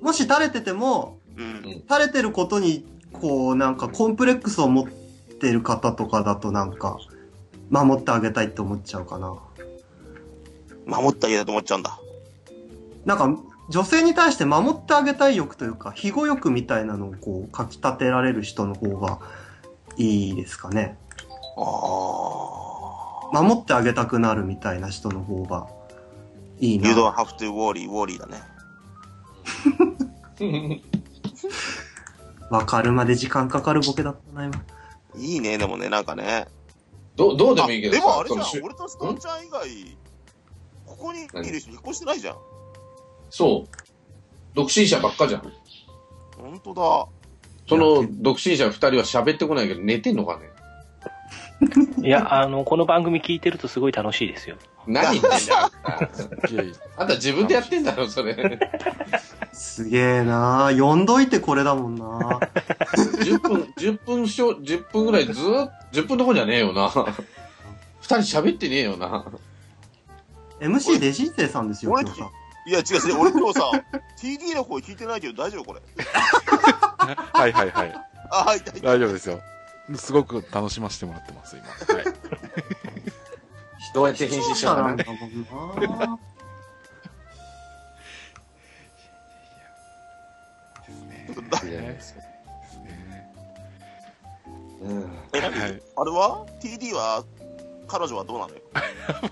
Speaker 2: もし垂れてても、
Speaker 3: うん。
Speaker 2: 垂れてることに、こう、なんかコンプレックスを持ってる方とかだとなんか、守ってあげたいって思っちゃうかな。
Speaker 3: 守ってあげたいと思っちゃうんだ。
Speaker 2: なんか、女性に対して守ってあげたい欲というか、庇護欲みたいなのをこう、かき立てられる人の方がいいですかね。
Speaker 3: ああ。
Speaker 2: 守ってあげたくなるみたいな人の方がいい
Speaker 3: You
Speaker 2: な。
Speaker 3: don't have to worry, worry だね。
Speaker 2: わかるまで時間かかるボケだったな、今。
Speaker 3: いいね、でもね、なんかね。
Speaker 4: どうどうでもいいけど
Speaker 3: あでもあれじゃ
Speaker 4: その
Speaker 3: ん、
Speaker 4: し
Speaker 3: 俺とストンちゃん以外、ここにいる人引っ越してないじゃん。
Speaker 4: そう。独身者ばっかじゃん。
Speaker 3: ほんとだ。
Speaker 4: その独身者二人は喋ってこないけど寝てんのかね
Speaker 1: いや、あの、この番組聞いてるとすごい楽しいですよ。
Speaker 4: 何言ってんだよ。
Speaker 6: いやいや
Speaker 4: あんた自分でやってんだろ、それ。
Speaker 2: すげえなぁ。呼んどいてこれだもんな
Speaker 4: 10分、10分しょ、10分ぐらいずーっと、10分どころじゃねえよな。二人喋ってねえよな。
Speaker 2: MC 弟子生さんですよ、
Speaker 3: 俺
Speaker 2: 今日さん。
Speaker 3: いや、違う違う、俺今日さ、TD の声聞いてないけど大丈夫これ。
Speaker 6: はいはいはい。
Speaker 3: あ、はい、大丈夫。
Speaker 6: 大丈夫ですよ。すごく楽しませてもらってます、今。はい。
Speaker 9: どうやって返信しようかな。
Speaker 2: 視聴者なんだもんな
Speaker 6: いやいやですね
Speaker 4: うん。
Speaker 3: え何
Speaker 6: はい。
Speaker 3: あれは ?TD は、彼女はどうなのよ。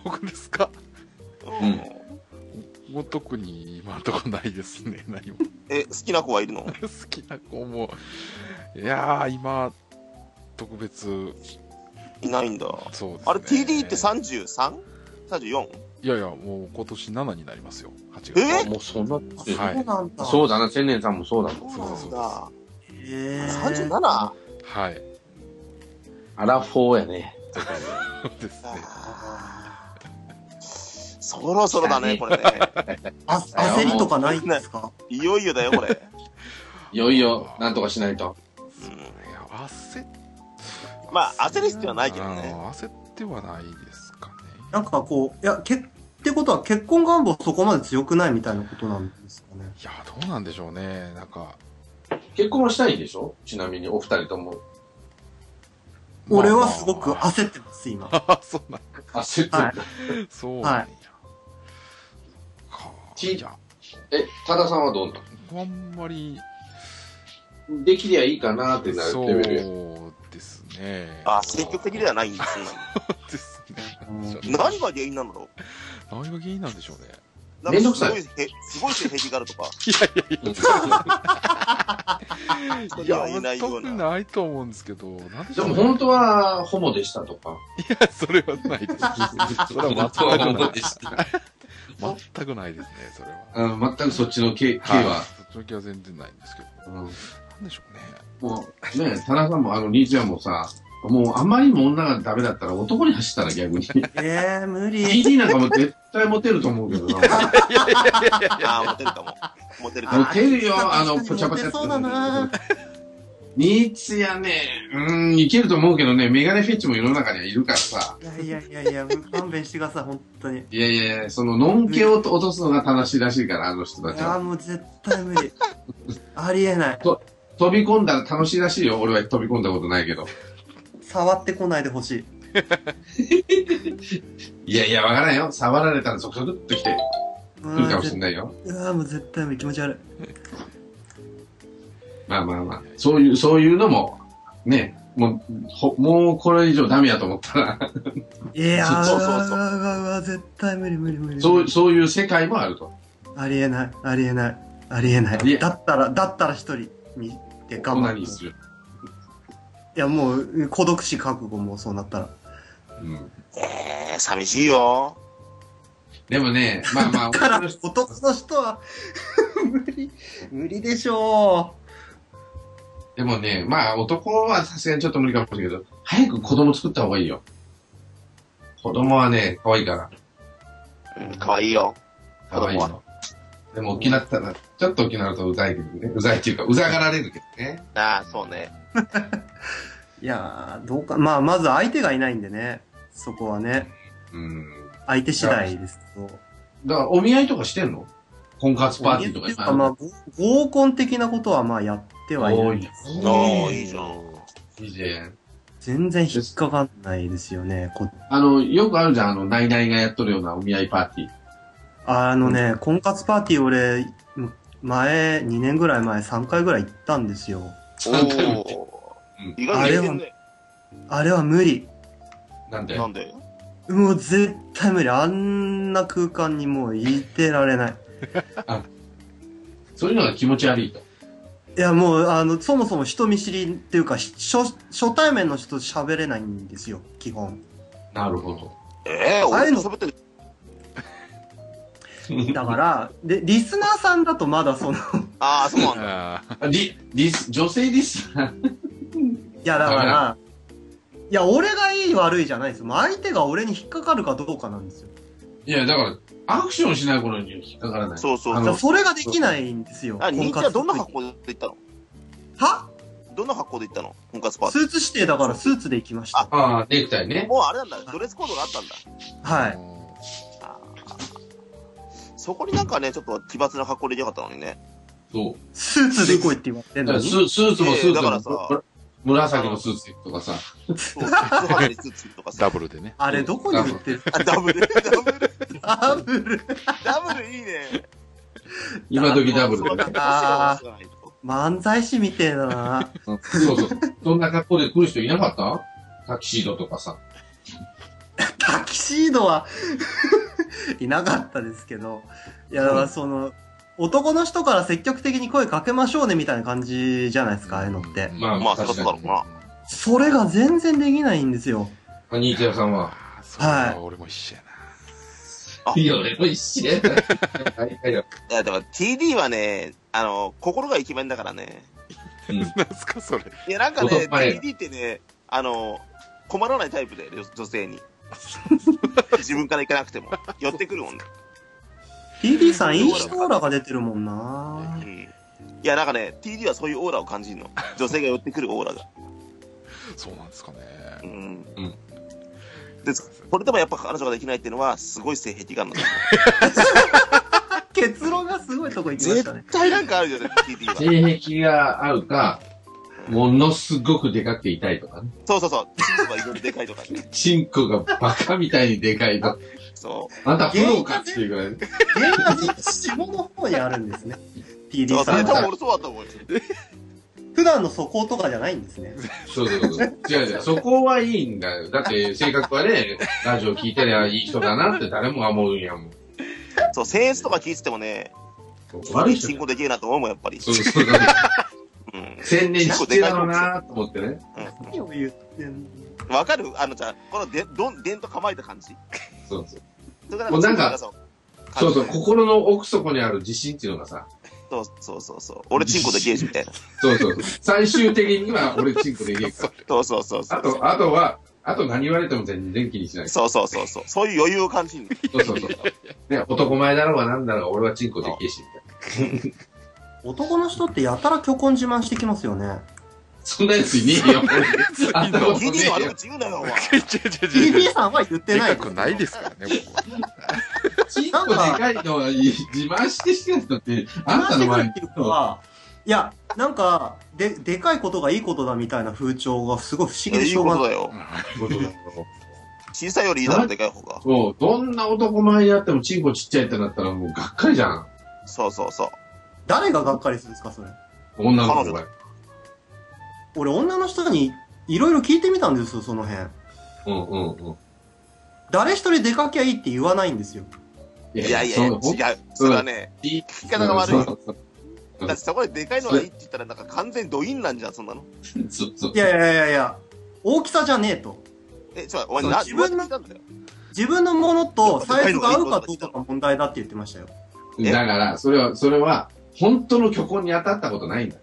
Speaker 6: 僕ですか
Speaker 3: う
Speaker 4: うんん、
Speaker 6: もう特に今のところないですね、 何も。
Speaker 3: え、好きな子はいるの
Speaker 6: 好きな子も。いやー、今、特別、
Speaker 3: いないんだ。
Speaker 6: そうですね。
Speaker 3: あれ TD って 33?34?
Speaker 6: いやいや、もう今年7になりますよ、8月。
Speaker 3: え
Speaker 4: もうそんなってる
Speaker 6: はい
Speaker 2: そうなんだ。
Speaker 4: そうだな、千年さんもそうだもん。
Speaker 6: そうです
Speaker 3: そ
Speaker 6: そうう
Speaker 3: な
Speaker 6: で
Speaker 3: んだ。
Speaker 2: へー
Speaker 3: 37? あ
Speaker 6: はい。
Speaker 4: アラフォーやね。
Speaker 6: そうですね。
Speaker 3: あそろそろだね、これね。
Speaker 2: あ焦りとかないんですか
Speaker 3: いよいよだよ、これ。
Speaker 4: いよいよ、なんとかしないと。
Speaker 3: うん
Speaker 6: いや、焦っ
Speaker 3: まあ、焦る必要はないけど
Speaker 6: う
Speaker 3: ね。
Speaker 6: ん焦ってはないですかね。
Speaker 2: なんかこう、いや、け、ってことは結婚願望そこまで強くないみたいなことなんですかね。
Speaker 6: いや、どうなんでしょうね。なんか、
Speaker 4: 結婚はしたいんでしょちなみに、お二人とも。
Speaker 6: まあ
Speaker 2: 俺はすごく
Speaker 6: ま あ
Speaker 2: 焦ってます、今。
Speaker 6: あ、そうなん
Speaker 4: あ、せ
Speaker 2: はい
Speaker 6: そうなんや。
Speaker 2: はい
Speaker 6: か
Speaker 4: ち
Speaker 6: いや、
Speaker 4: え、多田さんはどうな
Speaker 6: あんまり、
Speaker 4: のできりゃいいかなってなる
Speaker 6: そ
Speaker 4: レベルや。
Speaker 6: うですね。
Speaker 3: あ、積極的では
Speaker 6: な
Speaker 3: ないんです。そんな
Speaker 6: ですね。
Speaker 3: の何が原因なのだろ
Speaker 6: 何が原因なんでしょうね。
Speaker 3: うなん
Speaker 4: めんど
Speaker 3: かすご
Speaker 4: くさい
Speaker 3: い、へすごい性癖があるとか。
Speaker 6: いやいやいや。
Speaker 3: 人
Speaker 6: い
Speaker 3: にはい
Speaker 6: や、
Speaker 3: ないよう
Speaker 6: 特に
Speaker 3: な。
Speaker 6: ないと思うんですけど、なんでし
Speaker 4: で
Speaker 6: ょう
Speaker 4: も
Speaker 6: ね、
Speaker 4: 本当は、ホモでしたとか。
Speaker 6: それはないです。それは全くない。全くないですね、それは。
Speaker 4: うん、全くそっちの系系
Speaker 6: はい
Speaker 4: は。
Speaker 6: そっちの気は全然ないんですけど。
Speaker 4: うん
Speaker 6: なんでしょうね。
Speaker 4: もう、ね、田中さんも、あの、兄ちゃんもさ、もう、あまりにも女がダメだったら男に走ったら逆に。
Speaker 2: えー、無 理。
Speaker 4: TD なんかも絶対モテると思うけどな。
Speaker 3: あー、モテるかも。モテるかも
Speaker 4: モ。テるよ、あの、ぽちゃぽ
Speaker 2: モテ
Speaker 4: ちゃって
Speaker 2: そうだな。
Speaker 4: ニーツやね、うーん、いけると思うけどね、メガネフェッチも世の中にはいるからさ。
Speaker 2: いやいやいやいや、勘弁してください、本当に。い
Speaker 4: いやいやいや、その、のんけを落とすのが正しいらしいから、あの人たち
Speaker 2: や、
Speaker 4: は。
Speaker 2: もう絶対無理。ありえない。
Speaker 4: 飛び込んだら楽しいらしいよ、俺は飛び込んだことないけど。
Speaker 2: 触ってこないでほしい。
Speaker 4: いやいや、わからんよ。触られたらゾクゾクっと来て
Speaker 2: う
Speaker 4: くるかもしれ
Speaker 2: ん
Speaker 4: ないよ。
Speaker 2: うわもう絶対無理。気持ち悪
Speaker 4: まあまあまあ、そういう、そういうのも、ね、もう、ほもうこれ以上ダメやと思ったら、
Speaker 2: い。いやー、
Speaker 3: そうそうそう
Speaker 2: うわうわうわ絶対無理無理無理。
Speaker 4: そう、そういう世界もあると。
Speaker 2: ありえない、ありえない、ありえな
Speaker 4: あり
Speaker 2: い。
Speaker 4: え
Speaker 2: だったら、だったら一人にで我
Speaker 4: 女
Speaker 2: 慢。
Speaker 4: に
Speaker 2: い
Speaker 4: する。
Speaker 2: や、もう、孤独死覚悟もうそうなったら。
Speaker 4: うん。
Speaker 3: えー、寂しいよ。
Speaker 4: でもね、まあまあ、
Speaker 2: だから、男の人は、 無理、無理でしょ
Speaker 4: でもね、まあ男はさすがにちょっと無理かもしれないけど、早く子供作った方がいいよ。子供はね、可愛いから。
Speaker 3: うん、可愛いよ。
Speaker 4: 可愛い
Speaker 3: 子
Speaker 4: の。でも大きなったら、ちょっと大きなるとうざいけどね。うざいっていうか、うざがられるけどね。
Speaker 3: ああ、そうね。
Speaker 2: う。いやー、どうか、まあ、まず相手がいないんでね。そこはね、
Speaker 4: うん。
Speaker 2: 相手次第ですけど。
Speaker 4: だからお見合いとかしてんの婚活パーティーとか
Speaker 2: まあ、まあ、合合コン的なことはまあやってはい
Speaker 4: 多
Speaker 2: る。
Speaker 4: いよ。
Speaker 3: ああ、いいじゃん。
Speaker 4: いいね
Speaker 2: 全然引っかかんないですよね。こ
Speaker 4: あの、よくあるじゃん、あの、ナイナイがやっとるようなお見合いパーティー。
Speaker 2: あのね、婚活パーティー俺、む前、2年ぐらい前、3回ぐらい行ったんですよ。
Speaker 3: おお
Speaker 4: うん。
Speaker 3: 意外といけんね。
Speaker 2: あれは無理。
Speaker 4: なんで
Speaker 3: なんで
Speaker 2: もう絶対無理。あんな空間にもういてられない。
Speaker 4: そういうのが気持ち悪いと。
Speaker 2: いやもう、あの、そもそも人見知りっていうか、し初初対面の人と喋れないんですよ、基本。
Speaker 4: なるほど。
Speaker 3: ええ、俺と喋ってる。
Speaker 2: だ から、で、リスナーさんだとまだその、い
Speaker 3: ああ、そうなんだ。
Speaker 6: ああ、
Speaker 4: リ、リス、女性リス ナー
Speaker 2: やだか
Speaker 4: はい
Speaker 2: ら、いや、俺がいい悪いじゃないですよ。もう相手が俺に引っかかるかどうかなんですよ。
Speaker 4: いや、だから、アクションしない頃に引っかからない。
Speaker 3: そうそう
Speaker 4: あ
Speaker 2: だか
Speaker 4: の
Speaker 2: らそれができないんですよ。
Speaker 3: あ、ニーチ
Speaker 2: 婚
Speaker 3: は
Speaker 2: 活
Speaker 3: どんな格好で行ったの
Speaker 2: は
Speaker 3: どの格好で行ったの婚活パーテ
Speaker 2: ス
Speaker 3: ィー。
Speaker 2: ーツ指定だからスーツで行きました。
Speaker 4: ああ、ネクタイね。
Speaker 3: もうあれなんだ、ドレスコードがあったんだ。
Speaker 2: はい。
Speaker 3: そこになんかね、ちょっと奇抜な格好で行きたかったのにね。
Speaker 4: そう。
Speaker 2: スーツで来いって言われてんのに。
Speaker 4: スースーツもスー
Speaker 3: いやだ
Speaker 4: ツ
Speaker 3: から
Speaker 4: も
Speaker 3: さ、
Speaker 4: 紫のスーツとかさ、
Speaker 3: そう、靴履いてスーツとかさ。
Speaker 6: ダブルでね。
Speaker 2: あれどこに売っ てる
Speaker 3: あダブル、ダブル、
Speaker 2: ダブル。
Speaker 3: ダブルいいね。
Speaker 4: 今時ダブル
Speaker 3: そう
Speaker 4: でね
Speaker 3: だ。
Speaker 2: あ
Speaker 3: そうだそうだ
Speaker 2: 漫才師みてえだな。
Speaker 4: うんそうそう。そんな格好で来る人いなかったタキシードとかさ。
Speaker 2: タキシードは、 いなかったですけど。いや、だからその、男の人から積極的に声かけましょうねみたいな感じじゃないですか、ああいうのって。
Speaker 4: まあ、
Speaker 3: まあ、そりゃそ
Speaker 4: 確
Speaker 3: うだろ
Speaker 4: かに
Speaker 3: う。な。
Speaker 2: それが全然できないんですよ。
Speaker 4: アニーティアさんは。
Speaker 6: あそれは俺も一緒や
Speaker 3: あ
Speaker 4: いや、俺も一緒 ね。はい、はいよ。
Speaker 3: いや、だから TD はね、あの、心がイケメンだからね。
Speaker 6: な。なんすか、それ。
Speaker 3: いや、なんかね、
Speaker 4: 男前
Speaker 3: TD ってね、あの、困らないタイプで、女女性に。自分から行かなくても。寄ってくるもんね。
Speaker 2: TD さん、いい人オーラが出てるもん
Speaker 3: う。
Speaker 2: なん
Speaker 3: いや、なんかね、TD はそういうオーラを感じるの。女性が寄ってくるオーラが。
Speaker 6: そうなんですかね。
Speaker 3: うん。
Speaker 4: うん
Speaker 3: で、そそれでもやっぱ彼女ができないっていうのは、すごい性癖があるの。
Speaker 2: 結論がすごいとこ行きましたね。
Speaker 3: 絶対なんかあるよね、TD は。
Speaker 4: 性癖があるか、ものすごくでかくて痛いとかね。
Speaker 3: そうそうそう。チンコがいろいろでかいとかね。
Speaker 4: チンコがバカみたいにでかいと。
Speaker 3: そう。
Speaker 4: あんたプロかっていうぐらい。
Speaker 2: 原因は下の方にあるんですね。
Speaker 3: そう
Speaker 2: TD
Speaker 3: そう
Speaker 2: さん
Speaker 3: 多
Speaker 2: は。
Speaker 3: 分俺そうだと思うよ。
Speaker 2: 普段の素行とかじゃないんですね。
Speaker 4: そうそうそう。違う違う。そこはいいんだよ。だって、性格はね、ラジオ聞いてりゃいい人だなって誰もが思うんやもん。
Speaker 3: そう、センスとか聞いててもね、
Speaker 4: 悪い人
Speaker 3: 進行できるなと思うもん、やっぱり。
Speaker 4: そうそうそう。
Speaker 3: うん。
Speaker 4: 千年してだろうなと思ってね。
Speaker 2: 何を言ってんの
Speaker 3: わかるあの、じゃあこので、どん、でんと構えた感じ。
Speaker 4: そうそう。
Speaker 3: それが
Speaker 4: もうなんか
Speaker 3: そう
Speaker 4: そうそう。心の奥底にある自信っていうのがさ。
Speaker 3: そうそうそうそう。俺、チンコできるし、みたいな。
Speaker 4: そうそうそう。最終的には俺チンコできるから。
Speaker 3: そうそうそうそ
Speaker 4: あ
Speaker 3: う。
Speaker 4: と、あとは、あと何言われても全然気にしない。そ
Speaker 3: そうそうそうそう。そういう余裕を感じる。
Speaker 4: うそうそう。ね、男前だろうがなんだろうが俺はチンコできるし。みたいな
Speaker 2: 男の人ってやたら虚婚自慢してきますよね。
Speaker 4: そんなやついねえよ。あんたことね
Speaker 3: TD
Speaker 4: え
Speaker 3: の悪
Speaker 4: よ。
Speaker 3: 口言うなよ、お前。
Speaker 6: 違う違う違
Speaker 2: TD
Speaker 6: う。
Speaker 2: さんは言って
Speaker 6: で
Speaker 2: ない
Speaker 6: か
Speaker 2: です
Speaker 6: くないですからね、僕は。
Speaker 4: チンコでかいのはいい自慢してしてんだって、あんたの前に
Speaker 2: っていうかは、いや、なんか、で、でかいことがいいことだみたいな風潮がすごい不思議で
Speaker 3: いい
Speaker 2: しょう
Speaker 3: こ
Speaker 2: が
Speaker 3: と
Speaker 2: ない。
Speaker 3: だよ。
Speaker 4: ことだろ
Speaker 3: 小さいよりいいだろ、でかい方が
Speaker 4: う。。そう、どんな男前やってもチンコちっちゃいってなったらもうがっかりじゃん。
Speaker 3: そうそうそう。
Speaker 2: 誰ががっかりするんですか、それ。
Speaker 4: 女の子
Speaker 3: 彼
Speaker 4: が。
Speaker 2: 俺、女の人にいろいろ聞いてみたんですよ、その辺。
Speaker 4: うんうんうん。
Speaker 2: 誰一人出かけゃいいって言わないんですよ。
Speaker 4: い
Speaker 3: いやいや、違う。それはね、
Speaker 4: 聞
Speaker 3: 聞き方が悪い。だ
Speaker 4: い。
Speaker 3: ってそこででかいのがいいって言ったら、なんか完全にドインなんじゃん、そんなの。
Speaker 4: そうそう
Speaker 2: い。やいやいやいや、大きさじゃねえと。
Speaker 3: え、ちょ、お前、
Speaker 4: そう
Speaker 3: な、
Speaker 2: 自分の
Speaker 3: 聞いたんだよ。
Speaker 2: 自分のものとサイズが合うかどうかが問題だって言ってましたよ。
Speaker 3: え
Speaker 4: だから、それは、それは、本当の虚婚に当たったことないんだ。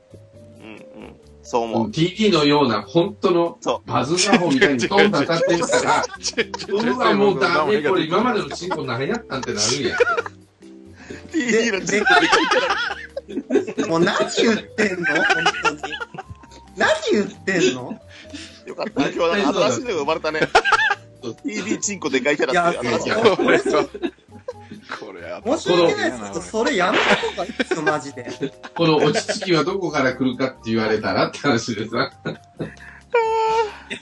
Speaker 3: うんうん。そう思う。
Speaker 4: TT のような、本当の
Speaker 3: そ、
Speaker 4: バズーカホみたいにドンと当たってるから、うわ、もうダメ、これ今までのチンコ何やったんってなるんや。
Speaker 3: TD のチンコでかいから。
Speaker 2: もう何言ってんの本当に。何言ってんの
Speaker 3: よかった。今日はなんか新しいのが生まれたね。TD チンコでかいキャラっていう新しい
Speaker 2: いや
Speaker 6: これは、これは、
Speaker 2: 申し訳ないですけど、それやめた方がいいですよ、マジで。
Speaker 4: この落ち着きはどこから来るかって言われたらって話でさ。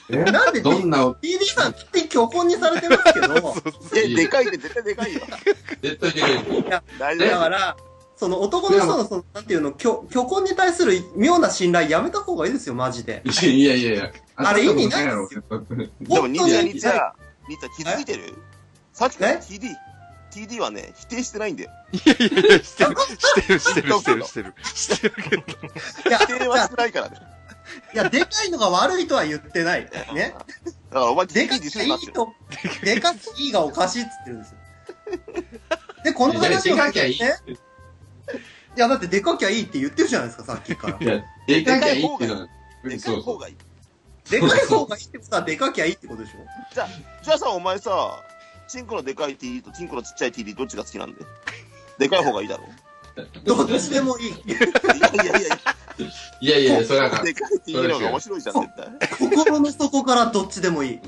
Speaker 4: え
Speaker 2: なんで
Speaker 4: どんな、
Speaker 2: PD さんって虚婚にされてますけど、
Speaker 3: え、でかいって絶対でかいよ。
Speaker 4: 絶対でかい。
Speaker 3: 大丈
Speaker 2: だ
Speaker 3: 夫。
Speaker 2: から、その男の人のその、なんていうの、虚虚婚に対する妙な信頼やめた方がいいですよ、マジで。
Speaker 4: いやいやいや。
Speaker 2: あれ意味ないですよ
Speaker 3: でも、
Speaker 2: 本
Speaker 3: ニ
Speaker 2: 当に
Speaker 3: ッチャニッチャ、ニッチャ気づいてるさっきから
Speaker 2: え
Speaker 3: TD、TD はね、否定してないんだよ。
Speaker 6: してる、してる、してる、してる、してる。してるけど、
Speaker 2: いや、
Speaker 3: 否定はしてないからね。
Speaker 2: いや、でかいのが悪いとは言ってない。ね。
Speaker 3: だから、お前、
Speaker 2: で
Speaker 3: TD
Speaker 2: か
Speaker 3: に
Speaker 2: き
Speaker 3: し
Speaker 2: ゃ
Speaker 3: て
Speaker 2: いい
Speaker 3: ますよ。
Speaker 2: と、でかきゃいいがおかしいっつってるんですよ。で、この
Speaker 4: いや
Speaker 2: 話を
Speaker 4: でかきゃいい
Speaker 2: ね。いや、だってでかきゃいいって言ってるじゃないですか、さっきから。
Speaker 4: い
Speaker 2: で
Speaker 4: や、でかきゃいいっていうのは、
Speaker 3: でか
Speaker 4: そ
Speaker 3: いう
Speaker 4: そ
Speaker 3: 方
Speaker 4: う。
Speaker 3: がいい。
Speaker 2: かい方がいいってことは、でかきゃいいってことでしょ
Speaker 3: じゃあ、じゃあさ、お前さ、チンコのでかい TD とチンコのちっちゃい TD どっちが好きなんででかい方がいいだろ。
Speaker 2: どっちでもいい。
Speaker 3: いやいやいやいや、
Speaker 4: いやいや、それはな
Speaker 3: でかいっていうのが面白いじゃん、絶対。
Speaker 2: 心の底からどっちでもいい。